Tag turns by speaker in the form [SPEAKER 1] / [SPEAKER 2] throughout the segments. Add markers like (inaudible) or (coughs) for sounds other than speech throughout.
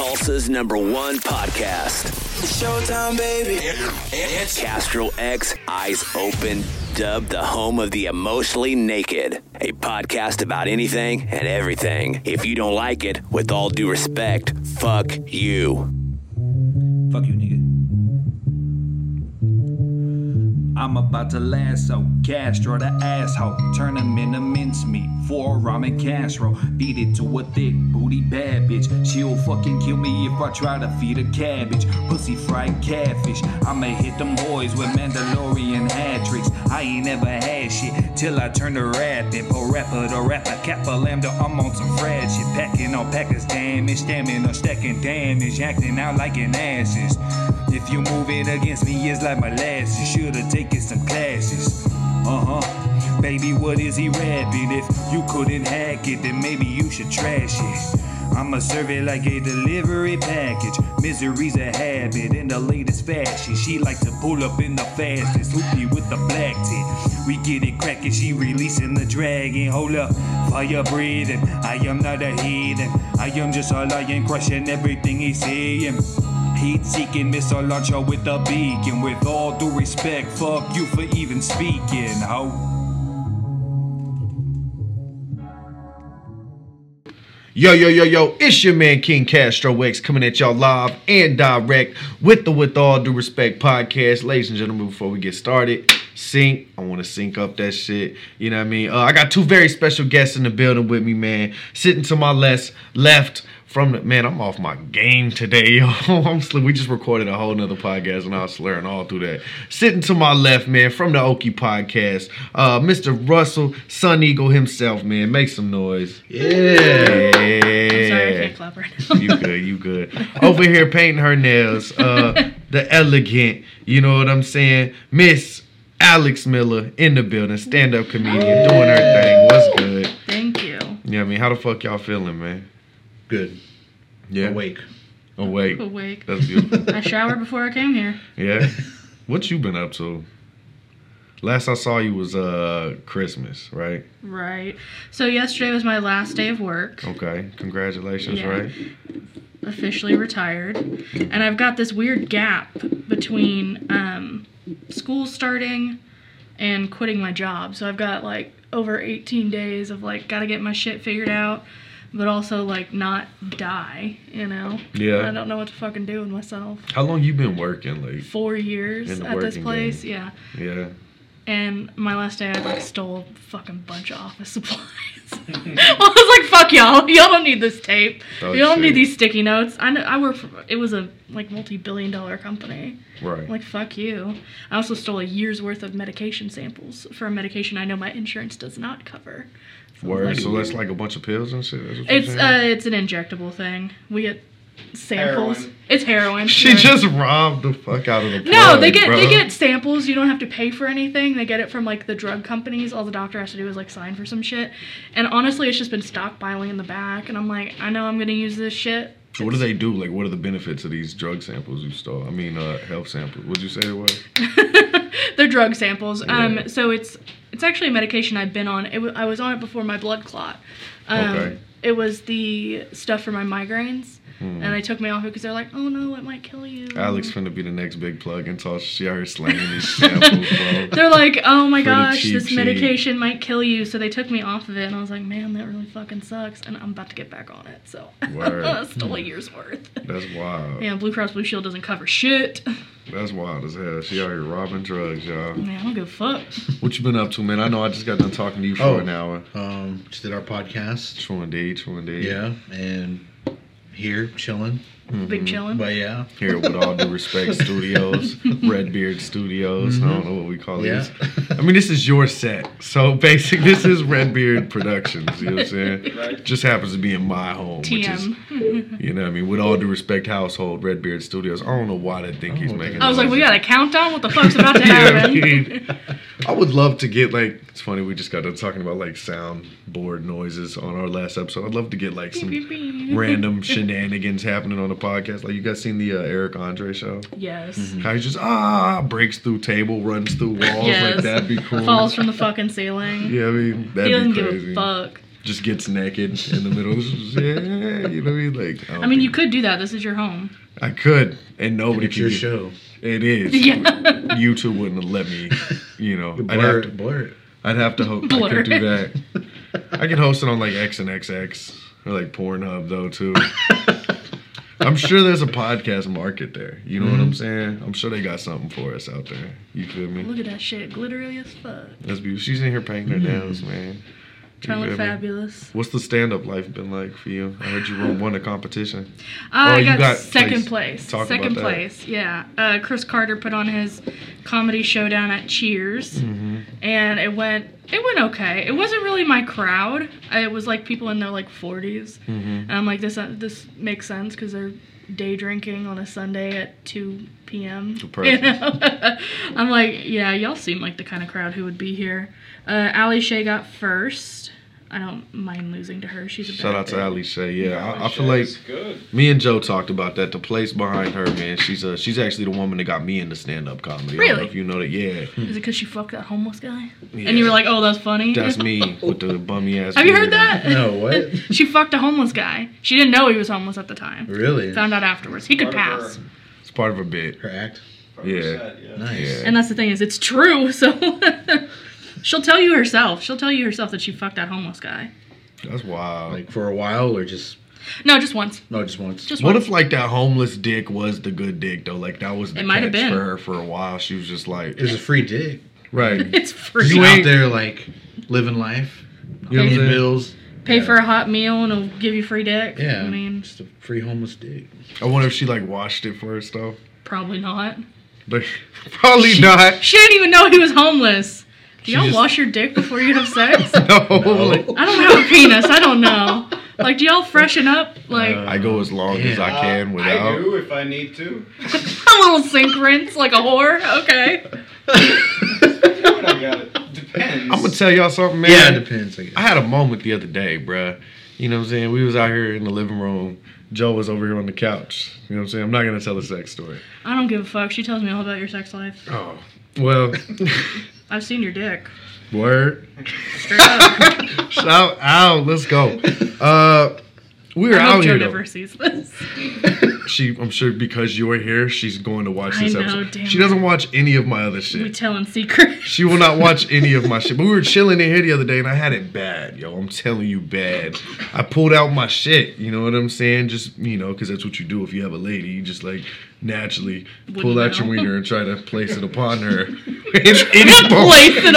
[SPEAKER 1] Tulsa's number one podcast.
[SPEAKER 2] Showtime, baby.
[SPEAKER 1] It's Castro X Eyes Open, dubbed the home of the emotionally naked. A podcast about anything and everything. If you don't like it, with all due respect, fuck you.
[SPEAKER 3] Fuck you, nigga. I'm about to lasso Castro the asshole. Turn him into mincemeat for a ramen casserole. Beat it to a thick booty bad bitch. She'll fucking kill me if I try to feed her cabbage. Pussy fried catfish. I'ma hit them boys with Mandalorian hat tricks. I ain't ever had shit till I turn to rapping. Po rapper to rapper, kappa lambda. I'm on some frag shit. Packing on packers damage. Stamina stacking damage. Acting out like an asses. If you move it against me, it's like my last. You should've taken some classes. Uh huh. Baby, what is he rapping? If you couldn't hack it, then maybe you should trash it. I'ma serve it like a delivery package. Misery's a habit in the latest fashion. She like to pull up in the fastest. Hoopy with the black tip. We get it crackin', she releasing the dragon. Hold up, fire breathing. I am not a heathen. I am just a lion, crushing everything he's seeing. Heat seeking Mr. Launcher with a beacon. With all due respect, fuck you for even speaking, ho.
[SPEAKER 4] Yo, yo, yo, yo, it's your man King Castro X coming at y'all live and direct with the With All Due Respect podcast. Ladies and gentlemen, before we get started, sync. I want to sync up that shit. You know what I mean? Uh, I got two very special guests in the building with me, man. Sitting to my left, left from the, man, I'm off my game today, (laughs) yo. I'm sl- we just recorded a whole nother podcast and I was slurring all through that. Sitting to my left, man, from the Okie podcast, uh, Mr. Russell Sun Eagle himself, man. Make some noise.
[SPEAKER 5] I'm sorry, I
[SPEAKER 4] Yeah.
[SPEAKER 5] can't clap right now. (laughs)
[SPEAKER 4] You good, you good. Over here painting her nails. Uh the elegant, you know what I'm saying? Miss Alex Miller in the building, stand up comedian, doing her thing. What's good?
[SPEAKER 5] Thank you.
[SPEAKER 4] You know what I mean? How the fuck y'all feeling, man?
[SPEAKER 6] Good.
[SPEAKER 4] Yeah.
[SPEAKER 6] Awake.
[SPEAKER 4] Awake.
[SPEAKER 5] Awake.
[SPEAKER 4] That's beautiful.
[SPEAKER 5] I showered before I came here.
[SPEAKER 4] yeah. What you been up to? Last I saw you was uh Christmas, right?
[SPEAKER 5] Right. So yesterday was my last day of work.
[SPEAKER 4] Okay. Congratulations,
[SPEAKER 5] Yeah.
[SPEAKER 4] right?
[SPEAKER 5] Officially retired, and I've got this weird gap between um, school starting and quitting my job. So I've got like over 18 days of like gotta get my shit figured out, but also like not die. You know.
[SPEAKER 4] Yeah.
[SPEAKER 5] I don't know what to fucking do with myself.
[SPEAKER 4] How long you been working, like?
[SPEAKER 5] Four years
[SPEAKER 4] In the
[SPEAKER 5] at this
[SPEAKER 4] working
[SPEAKER 5] place.
[SPEAKER 4] game.
[SPEAKER 5] Yeah.
[SPEAKER 4] Yeah.
[SPEAKER 5] And my last day, I like stole a fucking bunch of office (laughs) supplies. I was like, "Fuck y'all! (laughs) Y'all don't need this tape.
[SPEAKER 4] Oh,
[SPEAKER 5] y'all don't
[SPEAKER 4] shit.
[SPEAKER 5] need these sticky notes." I know, I work for it was a like multi-billion-dollar company.
[SPEAKER 4] Right.
[SPEAKER 5] I'm like, fuck you. I also stole a year's worth of medication samples for a medication I know my insurance does not cover.
[SPEAKER 4] Word.
[SPEAKER 5] like-
[SPEAKER 4] so that's like a bunch of pills and shit. That's what you're
[SPEAKER 5] It's
[SPEAKER 4] saying?
[SPEAKER 5] uh, it's an injectable thing. We get samples.
[SPEAKER 6] Heroin.
[SPEAKER 5] It's heroin.
[SPEAKER 4] She
[SPEAKER 5] right.
[SPEAKER 4] just robbed the fuck out of the.
[SPEAKER 5] No,
[SPEAKER 4] plug,
[SPEAKER 5] they get
[SPEAKER 4] bro.
[SPEAKER 5] they get samples. You don't have to pay for anything. They get it from like the drug companies. All the doctor has to do is like sign for some shit. And honestly, it's just been stockpiling in the back. And I'm like, I know I'm gonna use this shit. (laughs)
[SPEAKER 4] So what do they do? Like, what are the benefits of these drug samples you stole? I mean, uh, health samples. What'd you say it was?
[SPEAKER 5] Mm-hmm. They're drug samples.
[SPEAKER 4] Yeah.
[SPEAKER 5] Um, so it's it's actually a medication I've been on. It w- I was on it before my blood clot. Um,
[SPEAKER 4] Okay.
[SPEAKER 5] It was the stuff for my migraines. And they took me off it because they're like, oh no, it might kill you.
[SPEAKER 4] Hmm. Alex finna be the next big plug and talk. She out here slanging these samples,
[SPEAKER 5] (laughs)
[SPEAKER 4] bro.
[SPEAKER 5] They're like, oh my
[SPEAKER 4] For the
[SPEAKER 5] gosh,
[SPEAKER 4] cheap
[SPEAKER 5] this
[SPEAKER 4] seed.
[SPEAKER 5] medication might kill you. So they took me off of it, and I was like, man, that really fucking sucks. And I'm about to get back on it, so (laughs)
[SPEAKER 4] Word.
[SPEAKER 5] still a year's worth.
[SPEAKER 4] That's wild.
[SPEAKER 5] Yeah, Blue Cross Blue Shield doesn't cover shit.
[SPEAKER 4] That's wild as hell. She out here robbing drugs, y'all.
[SPEAKER 5] Man, I don't give a fuck.
[SPEAKER 4] What you been up to, man? I know I just got done talking to you for
[SPEAKER 6] Oh.
[SPEAKER 4] an hour.
[SPEAKER 6] Um, just did our podcast.
[SPEAKER 4] True indeed, true indeed.
[SPEAKER 6] Yeah, and here chilling.
[SPEAKER 4] Mm-hmm.
[SPEAKER 5] Big chillin'.
[SPEAKER 6] But yeah,
[SPEAKER 4] Here with all due
[SPEAKER 6] (laughs)
[SPEAKER 4] respect, Studios, Redbeard Studios. I don't know what we call
[SPEAKER 6] Yeah.
[SPEAKER 4] these. I mean, this is your set. So basic, this is Redbeard Productions. You know what I'm
[SPEAKER 5] (laughs)
[SPEAKER 4] saying? Just happens to be in my home, which is
[SPEAKER 5] TM.
[SPEAKER 4] You know what I mean? With all due respect, household, Redbeard Studios. I don't know why they think he's
[SPEAKER 6] Oh,
[SPEAKER 4] making.
[SPEAKER 5] I was like, we
[SPEAKER 4] noises.
[SPEAKER 5] got a countdown. What the fuck's about
[SPEAKER 4] (laughs)
[SPEAKER 5] to
[SPEAKER 4] You know what I
[SPEAKER 5] happen?
[SPEAKER 4] mean? I would love to get like. It's funny we just got done talking about like soundboard noises on our last episode. I'd love to get like
[SPEAKER 5] Beep,
[SPEAKER 4] some
[SPEAKER 5] beep, beep. (laughs)
[SPEAKER 4] random shenanigans happening on the podcast. Like you guys seen the uh, Eric Andre show?
[SPEAKER 5] Yes.
[SPEAKER 4] How he just ah breaks through table, runs through Mm-hmm. walls.
[SPEAKER 5] Yes.
[SPEAKER 4] Like that'd be cool.
[SPEAKER 5] Falls from the fucking ceiling.
[SPEAKER 4] Yeah, I mean
[SPEAKER 5] he
[SPEAKER 4] that'd
[SPEAKER 5] doesn't
[SPEAKER 4] be
[SPEAKER 5] give
[SPEAKER 4] crazy.
[SPEAKER 5] a fuck.
[SPEAKER 4] just gets naked in the middle. yeah, you know what I mean? Like, don't
[SPEAKER 5] I mean, you
[SPEAKER 4] think-
[SPEAKER 5] could do that. This is your home.
[SPEAKER 4] I could, and nobody
[SPEAKER 6] It's
[SPEAKER 4] could
[SPEAKER 6] your
[SPEAKER 4] get-
[SPEAKER 6] show.
[SPEAKER 4] It is.
[SPEAKER 5] (laughs) Yeah.
[SPEAKER 4] YouTube wouldn't have let me. You
[SPEAKER 6] (laughs)
[SPEAKER 4] know, I'd
[SPEAKER 6] Blur
[SPEAKER 4] have
[SPEAKER 6] it,
[SPEAKER 4] to.
[SPEAKER 6] blur it.
[SPEAKER 4] I'd have to hope I
[SPEAKER 5] Blur
[SPEAKER 4] could do
[SPEAKER 5] it.
[SPEAKER 4] that. I can host it on like X and XX or like Pornhub though
[SPEAKER 6] (laughs)
[SPEAKER 4] too. I'm sure there's a podcast market there. You know what
[SPEAKER 6] Mm-hmm.
[SPEAKER 4] I'm saying? I'm sure they got something for us out there. You feel me?
[SPEAKER 5] Look at that shit, glittery as fuck.
[SPEAKER 4] That's beautiful. She's in here painting
[SPEAKER 6] Mm-hmm.
[SPEAKER 4] her nails, man.
[SPEAKER 5] Trying to
[SPEAKER 4] feel
[SPEAKER 5] look
[SPEAKER 4] me?
[SPEAKER 5] fabulous.
[SPEAKER 4] What's the stand up life been like for you? I heard you
[SPEAKER 5] (sighs)
[SPEAKER 4] won, won a competition.
[SPEAKER 5] I
[SPEAKER 4] Oh, you
[SPEAKER 5] got,
[SPEAKER 4] got
[SPEAKER 5] second
[SPEAKER 4] place.
[SPEAKER 5] place.
[SPEAKER 4] Talk
[SPEAKER 5] second
[SPEAKER 4] about that.
[SPEAKER 5] place, yeah. Uh, Chris Carter put on his comedy showdown at Cheers,
[SPEAKER 4] Mm-hmm.
[SPEAKER 5] and it went it went okay. It wasn't really my crowd. It was like people in their like 40s,
[SPEAKER 4] Mm-hmm.
[SPEAKER 5] and I'm like this uh, this makes sense because they're day drinking on a Sunday at 2 p.m.
[SPEAKER 4] Perfect.
[SPEAKER 5] know? (laughs) I'm like, yeah, y'all seem like the kind of crowd who would be here. Uh, Ali Shea got first. I don't mind losing to her. She's a
[SPEAKER 4] Shout
[SPEAKER 5] bad
[SPEAKER 4] out to
[SPEAKER 5] bitch.
[SPEAKER 4] Ali Shay. Yeah, I, I feel like
[SPEAKER 2] Shit's good.
[SPEAKER 4] me and Joe talked about that. The place behind her, man. She's a she's actually the woman that got me into stand up comedy. I don't know
[SPEAKER 5] Really?
[SPEAKER 4] if you know that. Yeah,
[SPEAKER 5] Is it because she fucked that homeless guy?
[SPEAKER 4] Yeah.
[SPEAKER 5] And you were like, oh, that's funny.
[SPEAKER 4] that's
[SPEAKER 5] (laughs)
[SPEAKER 4] me with the bummy ass.
[SPEAKER 5] Have you
[SPEAKER 4] beard
[SPEAKER 5] heard
[SPEAKER 4] and-
[SPEAKER 5] that?
[SPEAKER 6] No,
[SPEAKER 4] (laughs)
[SPEAKER 6] what?
[SPEAKER 5] (laughs) she fucked a homeless guy. She didn't know he was homeless at the time.
[SPEAKER 6] Really?
[SPEAKER 5] Found out afterwards. He could
[SPEAKER 2] Part of
[SPEAKER 5] pass.
[SPEAKER 2] her-
[SPEAKER 4] It's part of a bit.
[SPEAKER 6] Her act.
[SPEAKER 2] part of her
[SPEAKER 4] Yeah.
[SPEAKER 2] set, yeah.
[SPEAKER 6] Nice.
[SPEAKER 4] Yeah.
[SPEAKER 5] And that's the thing is, it's true. (laughs) So she'll tell you herself. She'll tell you herself that she fucked that homeless guy.
[SPEAKER 4] That's wild.
[SPEAKER 6] Like for a while or just
[SPEAKER 5] No, just once. (laughs)
[SPEAKER 6] no, just once.
[SPEAKER 5] Just
[SPEAKER 4] what
[SPEAKER 5] once.
[SPEAKER 4] if like that homeless dick was the good dick though? Like that was the
[SPEAKER 5] It might
[SPEAKER 4] catch
[SPEAKER 5] have been.
[SPEAKER 4] for her for a while. She was just like,
[SPEAKER 6] it was a free dick.
[SPEAKER 4] (laughs) right,
[SPEAKER 5] it's free.
[SPEAKER 4] You
[SPEAKER 6] You
[SPEAKER 4] ain't-
[SPEAKER 6] out there like living life,
[SPEAKER 4] You know what I'm
[SPEAKER 6] paying
[SPEAKER 4] saying?
[SPEAKER 6] bills.
[SPEAKER 5] Pay for a hot meal and it'll give you free dick.
[SPEAKER 6] Yeah,
[SPEAKER 5] I mean,
[SPEAKER 6] just a free homeless dick.
[SPEAKER 4] I wonder if she like washed it for herself.
[SPEAKER 5] probably not.
[SPEAKER 4] But (laughs) probably
[SPEAKER 5] She-
[SPEAKER 4] not. (laughs)
[SPEAKER 5] She didn't even know he was homeless. Do y'all
[SPEAKER 4] just-
[SPEAKER 5] wash your dick before you have sex?
[SPEAKER 4] No, like,
[SPEAKER 5] I don't have a penis. I don't know. Like, do y'all freshen up? Like
[SPEAKER 4] I go as long as I
[SPEAKER 2] Uh,
[SPEAKER 4] can without.
[SPEAKER 2] I do if I need to.
[SPEAKER 5] (laughs) a little sink rinse, like a whore. Okay.
[SPEAKER 2] I do what I got. It depends.
[SPEAKER 4] I'm gonna tell y'all something, man.
[SPEAKER 6] Yeah, it depends. I guess.
[SPEAKER 4] I had a moment the other day, bruh. You know what I'm saying? We was out here in the living room. Joe was over here on the couch. You know what I'm saying? I'm not gonna tell a sex story.
[SPEAKER 5] (laughs) I don't give a fuck. She tells me all about your sex life.
[SPEAKER 4] Oh.
[SPEAKER 5] (laughs)
[SPEAKER 4] Well,
[SPEAKER 5] I've seen your dick.
[SPEAKER 4] word.
[SPEAKER 5] Straight
[SPEAKER 4] (laughs)
[SPEAKER 5] up.
[SPEAKER 4] Shout out. Let's go. Uh we were
[SPEAKER 5] I
[SPEAKER 4] out
[SPEAKER 5] hope Joe
[SPEAKER 4] here.
[SPEAKER 5] never
[SPEAKER 4] Though.
[SPEAKER 5] sees this. (laughs)
[SPEAKER 4] She I'm sure because you're here, she's going to watch
[SPEAKER 5] I
[SPEAKER 4] this
[SPEAKER 5] know,
[SPEAKER 4] episode.
[SPEAKER 5] damn
[SPEAKER 4] she
[SPEAKER 5] it.
[SPEAKER 4] doesn't watch any of my other
[SPEAKER 5] We
[SPEAKER 4] shit.
[SPEAKER 5] tell in
[SPEAKER 4] (laughs)
[SPEAKER 5] secret.
[SPEAKER 4] She will not watch any of my shit. But we were chilling in here the other day and I had it bad, yo. I'm telling you, bad. I pulled out my shit. You know what I'm saying? Just, you know, because that's what you do if you have a lady. You just like naturally pull
[SPEAKER 5] Wouldn't
[SPEAKER 4] out your
[SPEAKER 5] know.
[SPEAKER 4] wiener and try to place it upon her. (laughs)
[SPEAKER 5] (laughs)
[SPEAKER 4] In
[SPEAKER 5] Not
[SPEAKER 4] any moment.
[SPEAKER 5] place it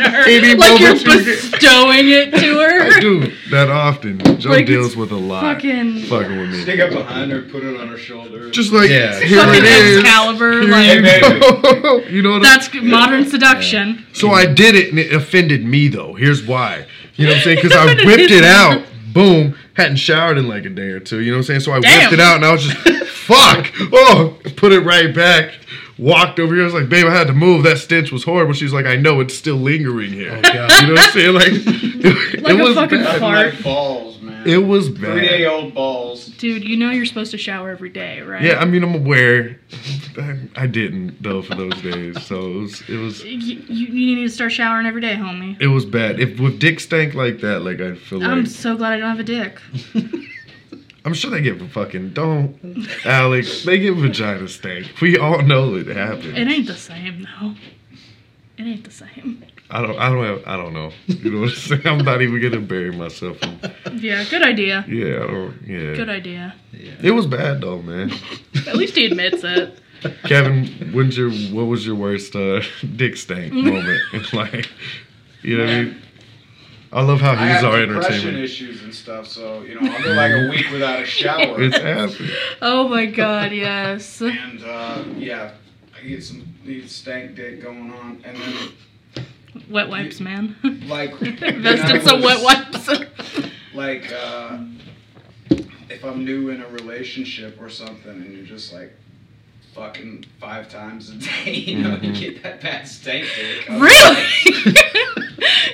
[SPEAKER 4] (laughs)
[SPEAKER 5] her.
[SPEAKER 4] Any
[SPEAKER 5] like you're
[SPEAKER 4] moment you get-
[SPEAKER 5] bestowing
[SPEAKER 4] (laughs)
[SPEAKER 5] it to her.
[SPEAKER 4] I do that often. Joe
[SPEAKER 5] Like,
[SPEAKER 4] deals
[SPEAKER 5] it's
[SPEAKER 4] with a lot.
[SPEAKER 5] Fucking.
[SPEAKER 4] fucking with me.
[SPEAKER 2] Stick up behind her, put it on her shoulder.
[SPEAKER 4] Just like
[SPEAKER 6] Yeah.
[SPEAKER 4] here
[SPEAKER 5] fucking
[SPEAKER 4] it is.
[SPEAKER 5] Excalibur.
[SPEAKER 4] Here
[SPEAKER 5] Like,
[SPEAKER 4] you go. (laughs) you know what I'm
[SPEAKER 5] that's modern seduction.
[SPEAKER 4] So I did it and it offended me though. Here's why. You know what I'm saying?
[SPEAKER 5] (laughs)
[SPEAKER 4] Because I
[SPEAKER 5] It
[SPEAKER 4] whipped it
[SPEAKER 5] offended
[SPEAKER 4] out. Boom. Hadn't showered in like a day or two. You know what I'm saying? So I
[SPEAKER 5] Damn.
[SPEAKER 4] whipped it out and I
[SPEAKER 5] (laughs)
[SPEAKER 4] was just fuck. Oh, put it right back. Walked over here. I was like, babe, I had to move. That stench was horrible. She's like, I know it's still lingering here. (laughs)
[SPEAKER 6] God.
[SPEAKER 4] You know what I'm saying? Like,
[SPEAKER 5] (laughs)
[SPEAKER 4] it,
[SPEAKER 5] Oh, Like a
[SPEAKER 4] was
[SPEAKER 5] fucking
[SPEAKER 4] bad.
[SPEAKER 2] Nothing
[SPEAKER 5] fart.
[SPEAKER 2] like balls, man.
[SPEAKER 4] It was
[SPEAKER 2] Three day
[SPEAKER 4] bad.
[SPEAKER 2] old balls.
[SPEAKER 5] Dude, you know you're supposed to shower every day, right?
[SPEAKER 4] Yeah, I mean, I'm aware. I didn't though for those days. So it was. It was
[SPEAKER 5] Y- You, you need to start showering every day, homie.
[SPEAKER 4] it was bad. If with dick stank like that, like I feel like
[SPEAKER 5] I'm so glad I don't have a dick.
[SPEAKER 4] I'm sure they get fucking don't, Alex. They get vagina stank. We all know it
[SPEAKER 5] It
[SPEAKER 4] happened.
[SPEAKER 5] ain't the same though. It ain't the same.
[SPEAKER 4] I don't. I don't. Have, I don't know. You know what I'm saying? I'm not even gonna bury myself. In,
[SPEAKER 5] Yeah, good idea.
[SPEAKER 4] yeah. I don't. Yeah.
[SPEAKER 5] Good idea.
[SPEAKER 4] It was bad though, man.
[SPEAKER 5] At least he admits it.
[SPEAKER 4] Kevin, when's your? What was your worst uh, dick
[SPEAKER 5] (laughs)
[SPEAKER 4] stank moment? It's like, you know what I mean? I love how
[SPEAKER 2] I
[SPEAKER 4] he's
[SPEAKER 2] have
[SPEAKER 4] our
[SPEAKER 2] depression
[SPEAKER 4] entertainment.
[SPEAKER 2] issues and stuff, so you know I'll go like a week without a shower,
[SPEAKER 4] It's
[SPEAKER 5] (laughs)
[SPEAKER 4] happening.
[SPEAKER 5] Oh my god, yes.
[SPEAKER 2] and uh, yeah, I get some these stank dick going on, and then
[SPEAKER 5] Wet wipes, man. (laughs)
[SPEAKER 2] like
[SPEAKER 5] Invest
[SPEAKER 2] when
[SPEAKER 5] in
[SPEAKER 2] I
[SPEAKER 5] some wet
[SPEAKER 2] was-
[SPEAKER 5] wipes. (laughs)
[SPEAKER 2] like uh, if I'm new in a relationship or something, and you're just like fucking five times a day, (laughs) you know, you
[SPEAKER 4] Mm-hmm.
[SPEAKER 2] get that bad stank. dick. I was
[SPEAKER 5] really? (laughs)
[SPEAKER 2] like,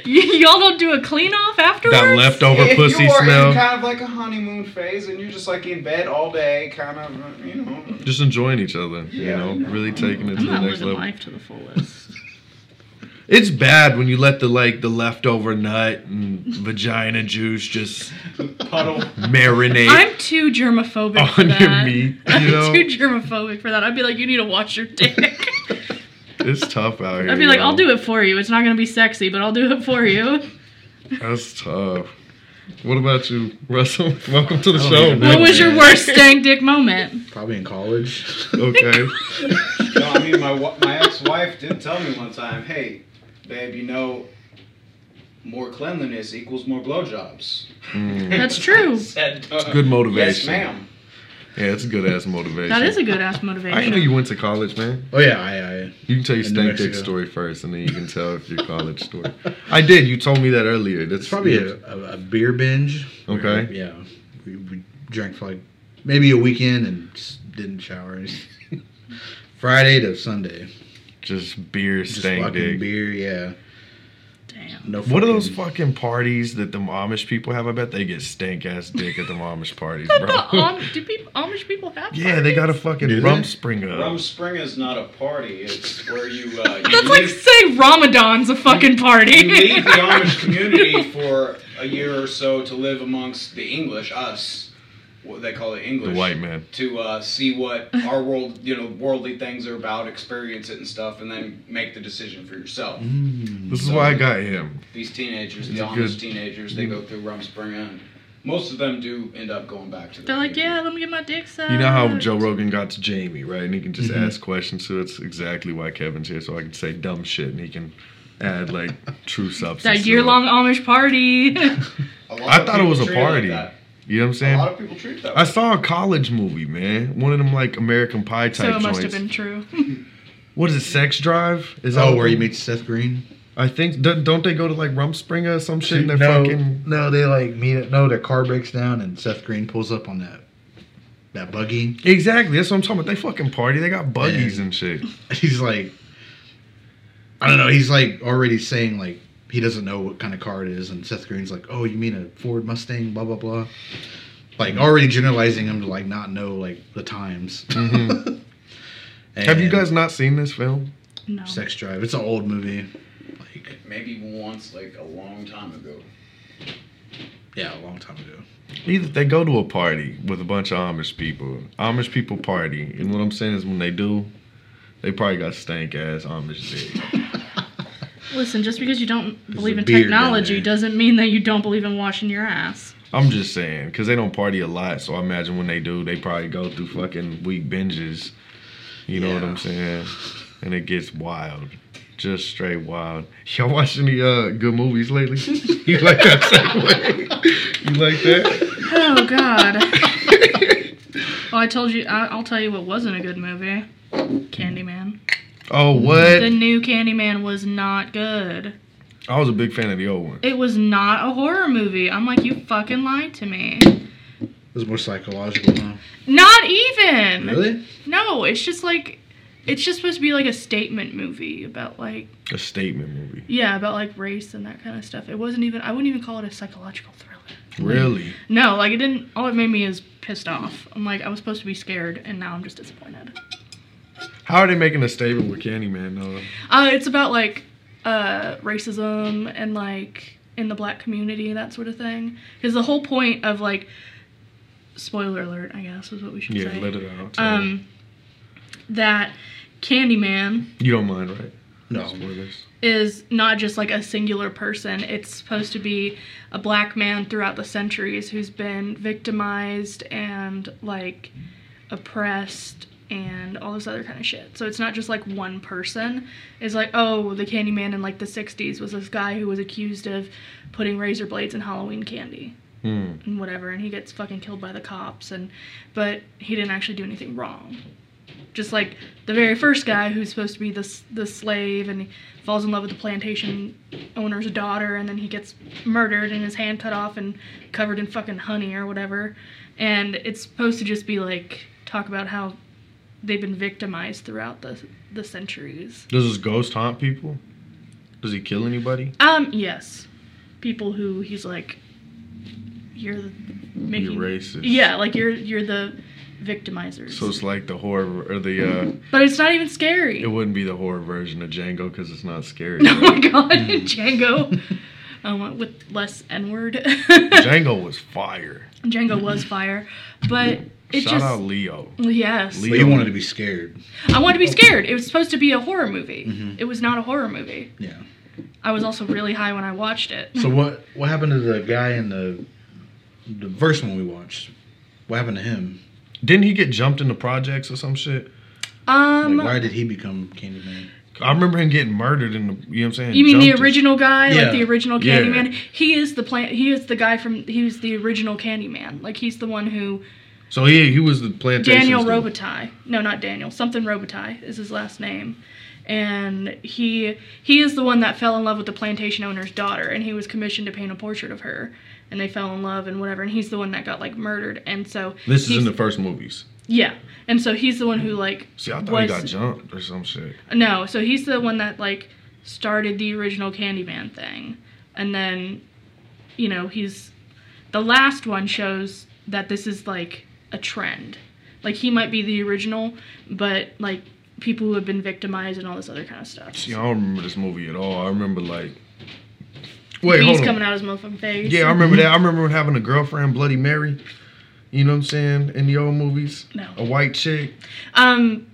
[SPEAKER 5] Y- y'all don't do a clean off afterwards?
[SPEAKER 4] That leftover
[SPEAKER 2] if
[SPEAKER 4] pussy
[SPEAKER 2] you are
[SPEAKER 4] smell.
[SPEAKER 2] in kind of like a honeymoon phase, and you're just like in bed all day, kind of, you know.
[SPEAKER 4] Just enjoying each other.
[SPEAKER 2] Yeah.
[SPEAKER 4] You know, really taking it to
[SPEAKER 5] I'm
[SPEAKER 4] the
[SPEAKER 5] not
[SPEAKER 4] next (laughs)
[SPEAKER 5] living
[SPEAKER 4] level.
[SPEAKER 5] life to the fullest.
[SPEAKER 4] It's bad when you let the like the leftover nut and vagina juice just
[SPEAKER 2] Puddle.
[SPEAKER 4] marinate
[SPEAKER 5] I'm too germophobic
[SPEAKER 4] (laughs)
[SPEAKER 5] for
[SPEAKER 4] on
[SPEAKER 5] that.
[SPEAKER 4] your
[SPEAKER 5] (laughs)
[SPEAKER 4] meat. You
[SPEAKER 5] I'm
[SPEAKER 4] know,
[SPEAKER 5] too germophobic for that. I'd be like, you need to watch
[SPEAKER 4] (laughs)
[SPEAKER 5] your dick. (laughs)
[SPEAKER 4] it's tough out here.
[SPEAKER 5] I'd be like, I'll do it for you. It's not gonna be sexy, but I'll do it for you.
[SPEAKER 4] That's tough. What about you, Russell? (laughs) Welcome to the
[SPEAKER 6] don't
[SPEAKER 4] show.
[SPEAKER 6] even know.
[SPEAKER 5] What
[SPEAKER 4] man.
[SPEAKER 5] was your worst dang dick
[SPEAKER 6] (laughs)
[SPEAKER 5] moment?
[SPEAKER 6] Probably in college. (laughs)
[SPEAKER 4] Okay.
[SPEAKER 2] No, I mean my wa- my ex-wife did tell me one time, "Hey, babe, you know, more cleanliness equals more blowjobs."
[SPEAKER 5] That's true.
[SPEAKER 2] Said, uh,
[SPEAKER 4] good motivation.
[SPEAKER 2] Yes, ma'am.
[SPEAKER 4] Yeah, it's a good ass motivation.
[SPEAKER 5] That is a good ass
[SPEAKER 4] I didn't know
[SPEAKER 5] motivation.
[SPEAKER 4] you went to college, man.
[SPEAKER 6] Oh yeah, I, I
[SPEAKER 4] You can tell your
[SPEAKER 6] In New
[SPEAKER 4] stank dick
[SPEAKER 6] Mexico.
[SPEAKER 4] story first, and then you can tell if your
[SPEAKER 6] (laughs)
[SPEAKER 4] college story. I did. You told me that earlier. That's
[SPEAKER 6] it's probably a, a, a beer binge.
[SPEAKER 4] Okay.
[SPEAKER 6] yeah, we, we drank for like maybe a weekend and just didn't shower. (laughs) or anything. Friday to Sunday,
[SPEAKER 4] just beer
[SPEAKER 6] just
[SPEAKER 4] stank
[SPEAKER 6] fucking
[SPEAKER 4] dick.
[SPEAKER 6] beer. Yeah,
[SPEAKER 5] Damn.
[SPEAKER 6] no.
[SPEAKER 4] What are those
[SPEAKER 6] fucking-
[SPEAKER 4] fucking parties that the Amish people have? I bet they get stank ass dick at the Amish
[SPEAKER 5] (laughs)
[SPEAKER 4] parties,
[SPEAKER 5] But
[SPEAKER 4] bro.
[SPEAKER 5] the Am- do peop Amish people have?
[SPEAKER 4] yeah, they got a fucking
[SPEAKER 6] Do they?
[SPEAKER 4] rump spring up.
[SPEAKER 2] Rum spring is not a party. It's where you uh, you,
[SPEAKER 5] That's like
[SPEAKER 2] leave,
[SPEAKER 5] saying Ramadan's a fucking
[SPEAKER 2] you
[SPEAKER 5] party.
[SPEAKER 2] leave
[SPEAKER 4] (laughs)
[SPEAKER 2] the Amish community for a year or so to live amongst the English, us. What they call it English.
[SPEAKER 4] the white man.
[SPEAKER 2] to uh, see what our world, you know, worldly things are about, experience it and stuff, and then make the decision for yourself.
[SPEAKER 4] This is why I got him.
[SPEAKER 2] These teenagers,
[SPEAKER 4] It's Mm-hmm.
[SPEAKER 2] the
[SPEAKER 4] a
[SPEAKER 2] honest
[SPEAKER 4] good-
[SPEAKER 2] teenagers, they go through Rumspringa, and most of them do end up going back to. the
[SPEAKER 5] They're like, yeah,
[SPEAKER 2] community.
[SPEAKER 5] let me get my dick sucked.
[SPEAKER 4] You know how
[SPEAKER 5] Uh.
[SPEAKER 4] Joe Rogan got to Jamie, right? And he can
[SPEAKER 6] Mm-hmm.
[SPEAKER 4] just ask questions. So it's exactly why Kevin's here, so I can say dumb shit, and he can add like true substance. to
[SPEAKER 5] (laughs)
[SPEAKER 4] it.
[SPEAKER 5] That year long Amish party. (laughs)
[SPEAKER 2] A lot
[SPEAKER 4] I
[SPEAKER 2] of
[SPEAKER 4] thought it
[SPEAKER 2] people
[SPEAKER 4] was a
[SPEAKER 2] treat like
[SPEAKER 4] party.
[SPEAKER 2] that.
[SPEAKER 4] You know what I'm
[SPEAKER 2] A
[SPEAKER 4] saying?
[SPEAKER 2] lot of people treat it that.
[SPEAKER 4] I
[SPEAKER 2] Way.
[SPEAKER 4] saw a college movie, man. One of them like American Pie
[SPEAKER 5] so
[SPEAKER 4] type
[SPEAKER 5] it must have
[SPEAKER 4] joints.
[SPEAKER 5] been true.
[SPEAKER 4] (laughs) What is it? Sex Drive? Is
[SPEAKER 6] Oh,
[SPEAKER 4] what
[SPEAKER 6] where you
[SPEAKER 4] they-
[SPEAKER 6] meet Seth Green?
[SPEAKER 4] I think don't don't they go to like Rumspringa or some shit? And they're
[SPEAKER 6] no,
[SPEAKER 4] fucking
[SPEAKER 6] no, they like meet. up- No, their car breaks down and Seth Green pulls up on that that buggy.
[SPEAKER 4] exactly. That's what I'm talking about. They fucking party. They got buggies and shit.
[SPEAKER 6] (laughs) He's like, I don't know. He's like already saying like he doesn't know what kind of car it is, and Seth Green's like, oh, you mean a Ford Mustang? Blah blah blah. Like already generalizing him to like not know like the times. Mm-hmm. (laughs)
[SPEAKER 4] Have you
[SPEAKER 6] And
[SPEAKER 4] guys not seen this film?
[SPEAKER 5] No.
[SPEAKER 6] Sex Drive? It's an old movie. Like
[SPEAKER 2] Maybe once, like a long time ago.
[SPEAKER 6] yeah, a long time ago.
[SPEAKER 4] Either they go to a party with a bunch of Amish people. Amish people party, and what I'm saying is when they do, they probably got stank ass Amish dick.
[SPEAKER 5] Listen, just because you don't believe
[SPEAKER 6] a
[SPEAKER 5] in
[SPEAKER 6] beard down
[SPEAKER 5] technology
[SPEAKER 6] there.
[SPEAKER 5] doesn't mean that you don't believe in washing your
[SPEAKER 4] (laughs)
[SPEAKER 5] ass.
[SPEAKER 4] I'm just saying, cause they don't party a lot, so I imagine when they do, they probably go through fucking week binges. You know what
[SPEAKER 6] Yeah.
[SPEAKER 4] I'm saying? And it gets wild, just straight wild. Y'all watch any uh, good movies lately? (laughs) you like that segue? you like that?
[SPEAKER 5] Oh God. (laughs) well, I told you. I, I'll tell you what wasn't a good movie. Candyman.
[SPEAKER 4] Oh what?
[SPEAKER 5] The new Candyman was not good.
[SPEAKER 4] I was a big fan of the old one.
[SPEAKER 5] It was not a horror movie. I'm like, you fucking lied to me.
[SPEAKER 6] It was more psychological, huh?
[SPEAKER 5] Not even.
[SPEAKER 6] Really?
[SPEAKER 5] No, it's just like, it's just supposed to be like a statement movie about like,
[SPEAKER 4] A statement movie.
[SPEAKER 5] yeah, about like race and that kind of stuff. It wasn't even. I wouldn't even call it a psychological thriller.
[SPEAKER 4] Really?
[SPEAKER 5] No, like it didn't. All it made me is pissed off. I'm like, I was supposed to be scared, and now I'm just disappointed.
[SPEAKER 4] How are they making a statement with Candyman though?
[SPEAKER 5] Uh, it's about like uh, racism and like in the black community that sort of thing. Because the whole point of like, spoiler alert, I guess is what we should
[SPEAKER 4] Yeah,
[SPEAKER 5] say.
[SPEAKER 4] let it out.
[SPEAKER 5] um, that Candyman
[SPEAKER 4] you don't mind, right?
[SPEAKER 6] No.
[SPEAKER 4] Spoilers.
[SPEAKER 5] is not just like a singular person. It's supposed to be a black man throughout the centuries who's been victimized and like oppressed and all this other kind of shit. So it's not just like one person. It's like, oh, the Candyman in like the 60s was this guy who was accused of putting razor blades in Halloween candy
[SPEAKER 4] Hmm.
[SPEAKER 5] and whatever and he gets fucking killed by the cops and but he didn't actually do anything wrong just like the very first guy who's supposed to be this the slave and he falls in love with the plantation owner's daughter and then he gets murdered and his hand cut off and covered in fucking honey or whatever and it's supposed to just be like talk about how they've been victimized throughout the the centuries
[SPEAKER 4] Does his ghost haunt people? Does he kill anybody?
[SPEAKER 5] um yes people who he's like you're the making
[SPEAKER 4] You're racist.
[SPEAKER 5] Yeah, like you're you're the victimizers.
[SPEAKER 4] So it's like the horror or the uh
[SPEAKER 5] but it's not even scary.
[SPEAKER 4] it wouldn't be the horror version of Django because it's not scary.
[SPEAKER 5] (laughs) oh
[SPEAKER 4] right?
[SPEAKER 5] my god,
[SPEAKER 4] Hmm.
[SPEAKER 5] Django. Um, with less N word.
[SPEAKER 4] (laughs) Django was fire.
[SPEAKER 5] (laughs) Django was fire, but it
[SPEAKER 4] Shout
[SPEAKER 5] just
[SPEAKER 4] out Leo.
[SPEAKER 5] yes.
[SPEAKER 4] Leo.
[SPEAKER 6] But you wanted to be scared.
[SPEAKER 5] I wanted to be scared. It was supposed to be a horror movie.
[SPEAKER 4] Mm-hmm.
[SPEAKER 5] It was not a horror movie.
[SPEAKER 6] Yeah.
[SPEAKER 5] I was also really high when I watched it.
[SPEAKER 6] So what what happened to the guy in the the first one we watched? What happened to him?
[SPEAKER 4] Didn't he get jumped into projects or some shit?
[SPEAKER 5] Um,
[SPEAKER 6] Like, why did he become Candyman?
[SPEAKER 4] I remember him getting murdered in the. You know what I'm saying?
[SPEAKER 5] you mean the
[SPEAKER 4] Jumped and-
[SPEAKER 5] original guy,
[SPEAKER 6] Yeah.
[SPEAKER 5] like the original
[SPEAKER 4] Yeah.
[SPEAKER 5] Candyman? He is the plan. He is the guy from. He was the original Candyman. Like he's the one who
[SPEAKER 4] So he he was the plantation.
[SPEAKER 5] Daniel Robitaille. No, not Daniel. Something Robitaille is his last name. And he he is the one that fell in love with the plantation owner's daughter, and he was commissioned to paint a portrait of her, and they fell in love and whatever. And he's the one that got like murdered, and so
[SPEAKER 4] This is
[SPEAKER 5] he's-
[SPEAKER 4] in the first movies.
[SPEAKER 5] yeah, and so he's the one who like
[SPEAKER 4] See, I thought he
[SPEAKER 5] was-
[SPEAKER 4] got jumped or some shit.
[SPEAKER 5] no, so he's the one that like started the original Candyman thing, and then, you know, he's the last one shows that this is like a trend. Like he might be the original, but like people who have been victimized and all this other kind of stuff.
[SPEAKER 4] See, I don't remember this movie at all. I remember like. Wait,
[SPEAKER 5] He's
[SPEAKER 4] hold on.
[SPEAKER 5] coming out his motherfucking face.
[SPEAKER 4] Yeah, I remember that. I remember having a girlfriend, Bloody Mary. You know what I'm saying? In the old movies,
[SPEAKER 5] No.
[SPEAKER 4] a white chick.
[SPEAKER 5] Um,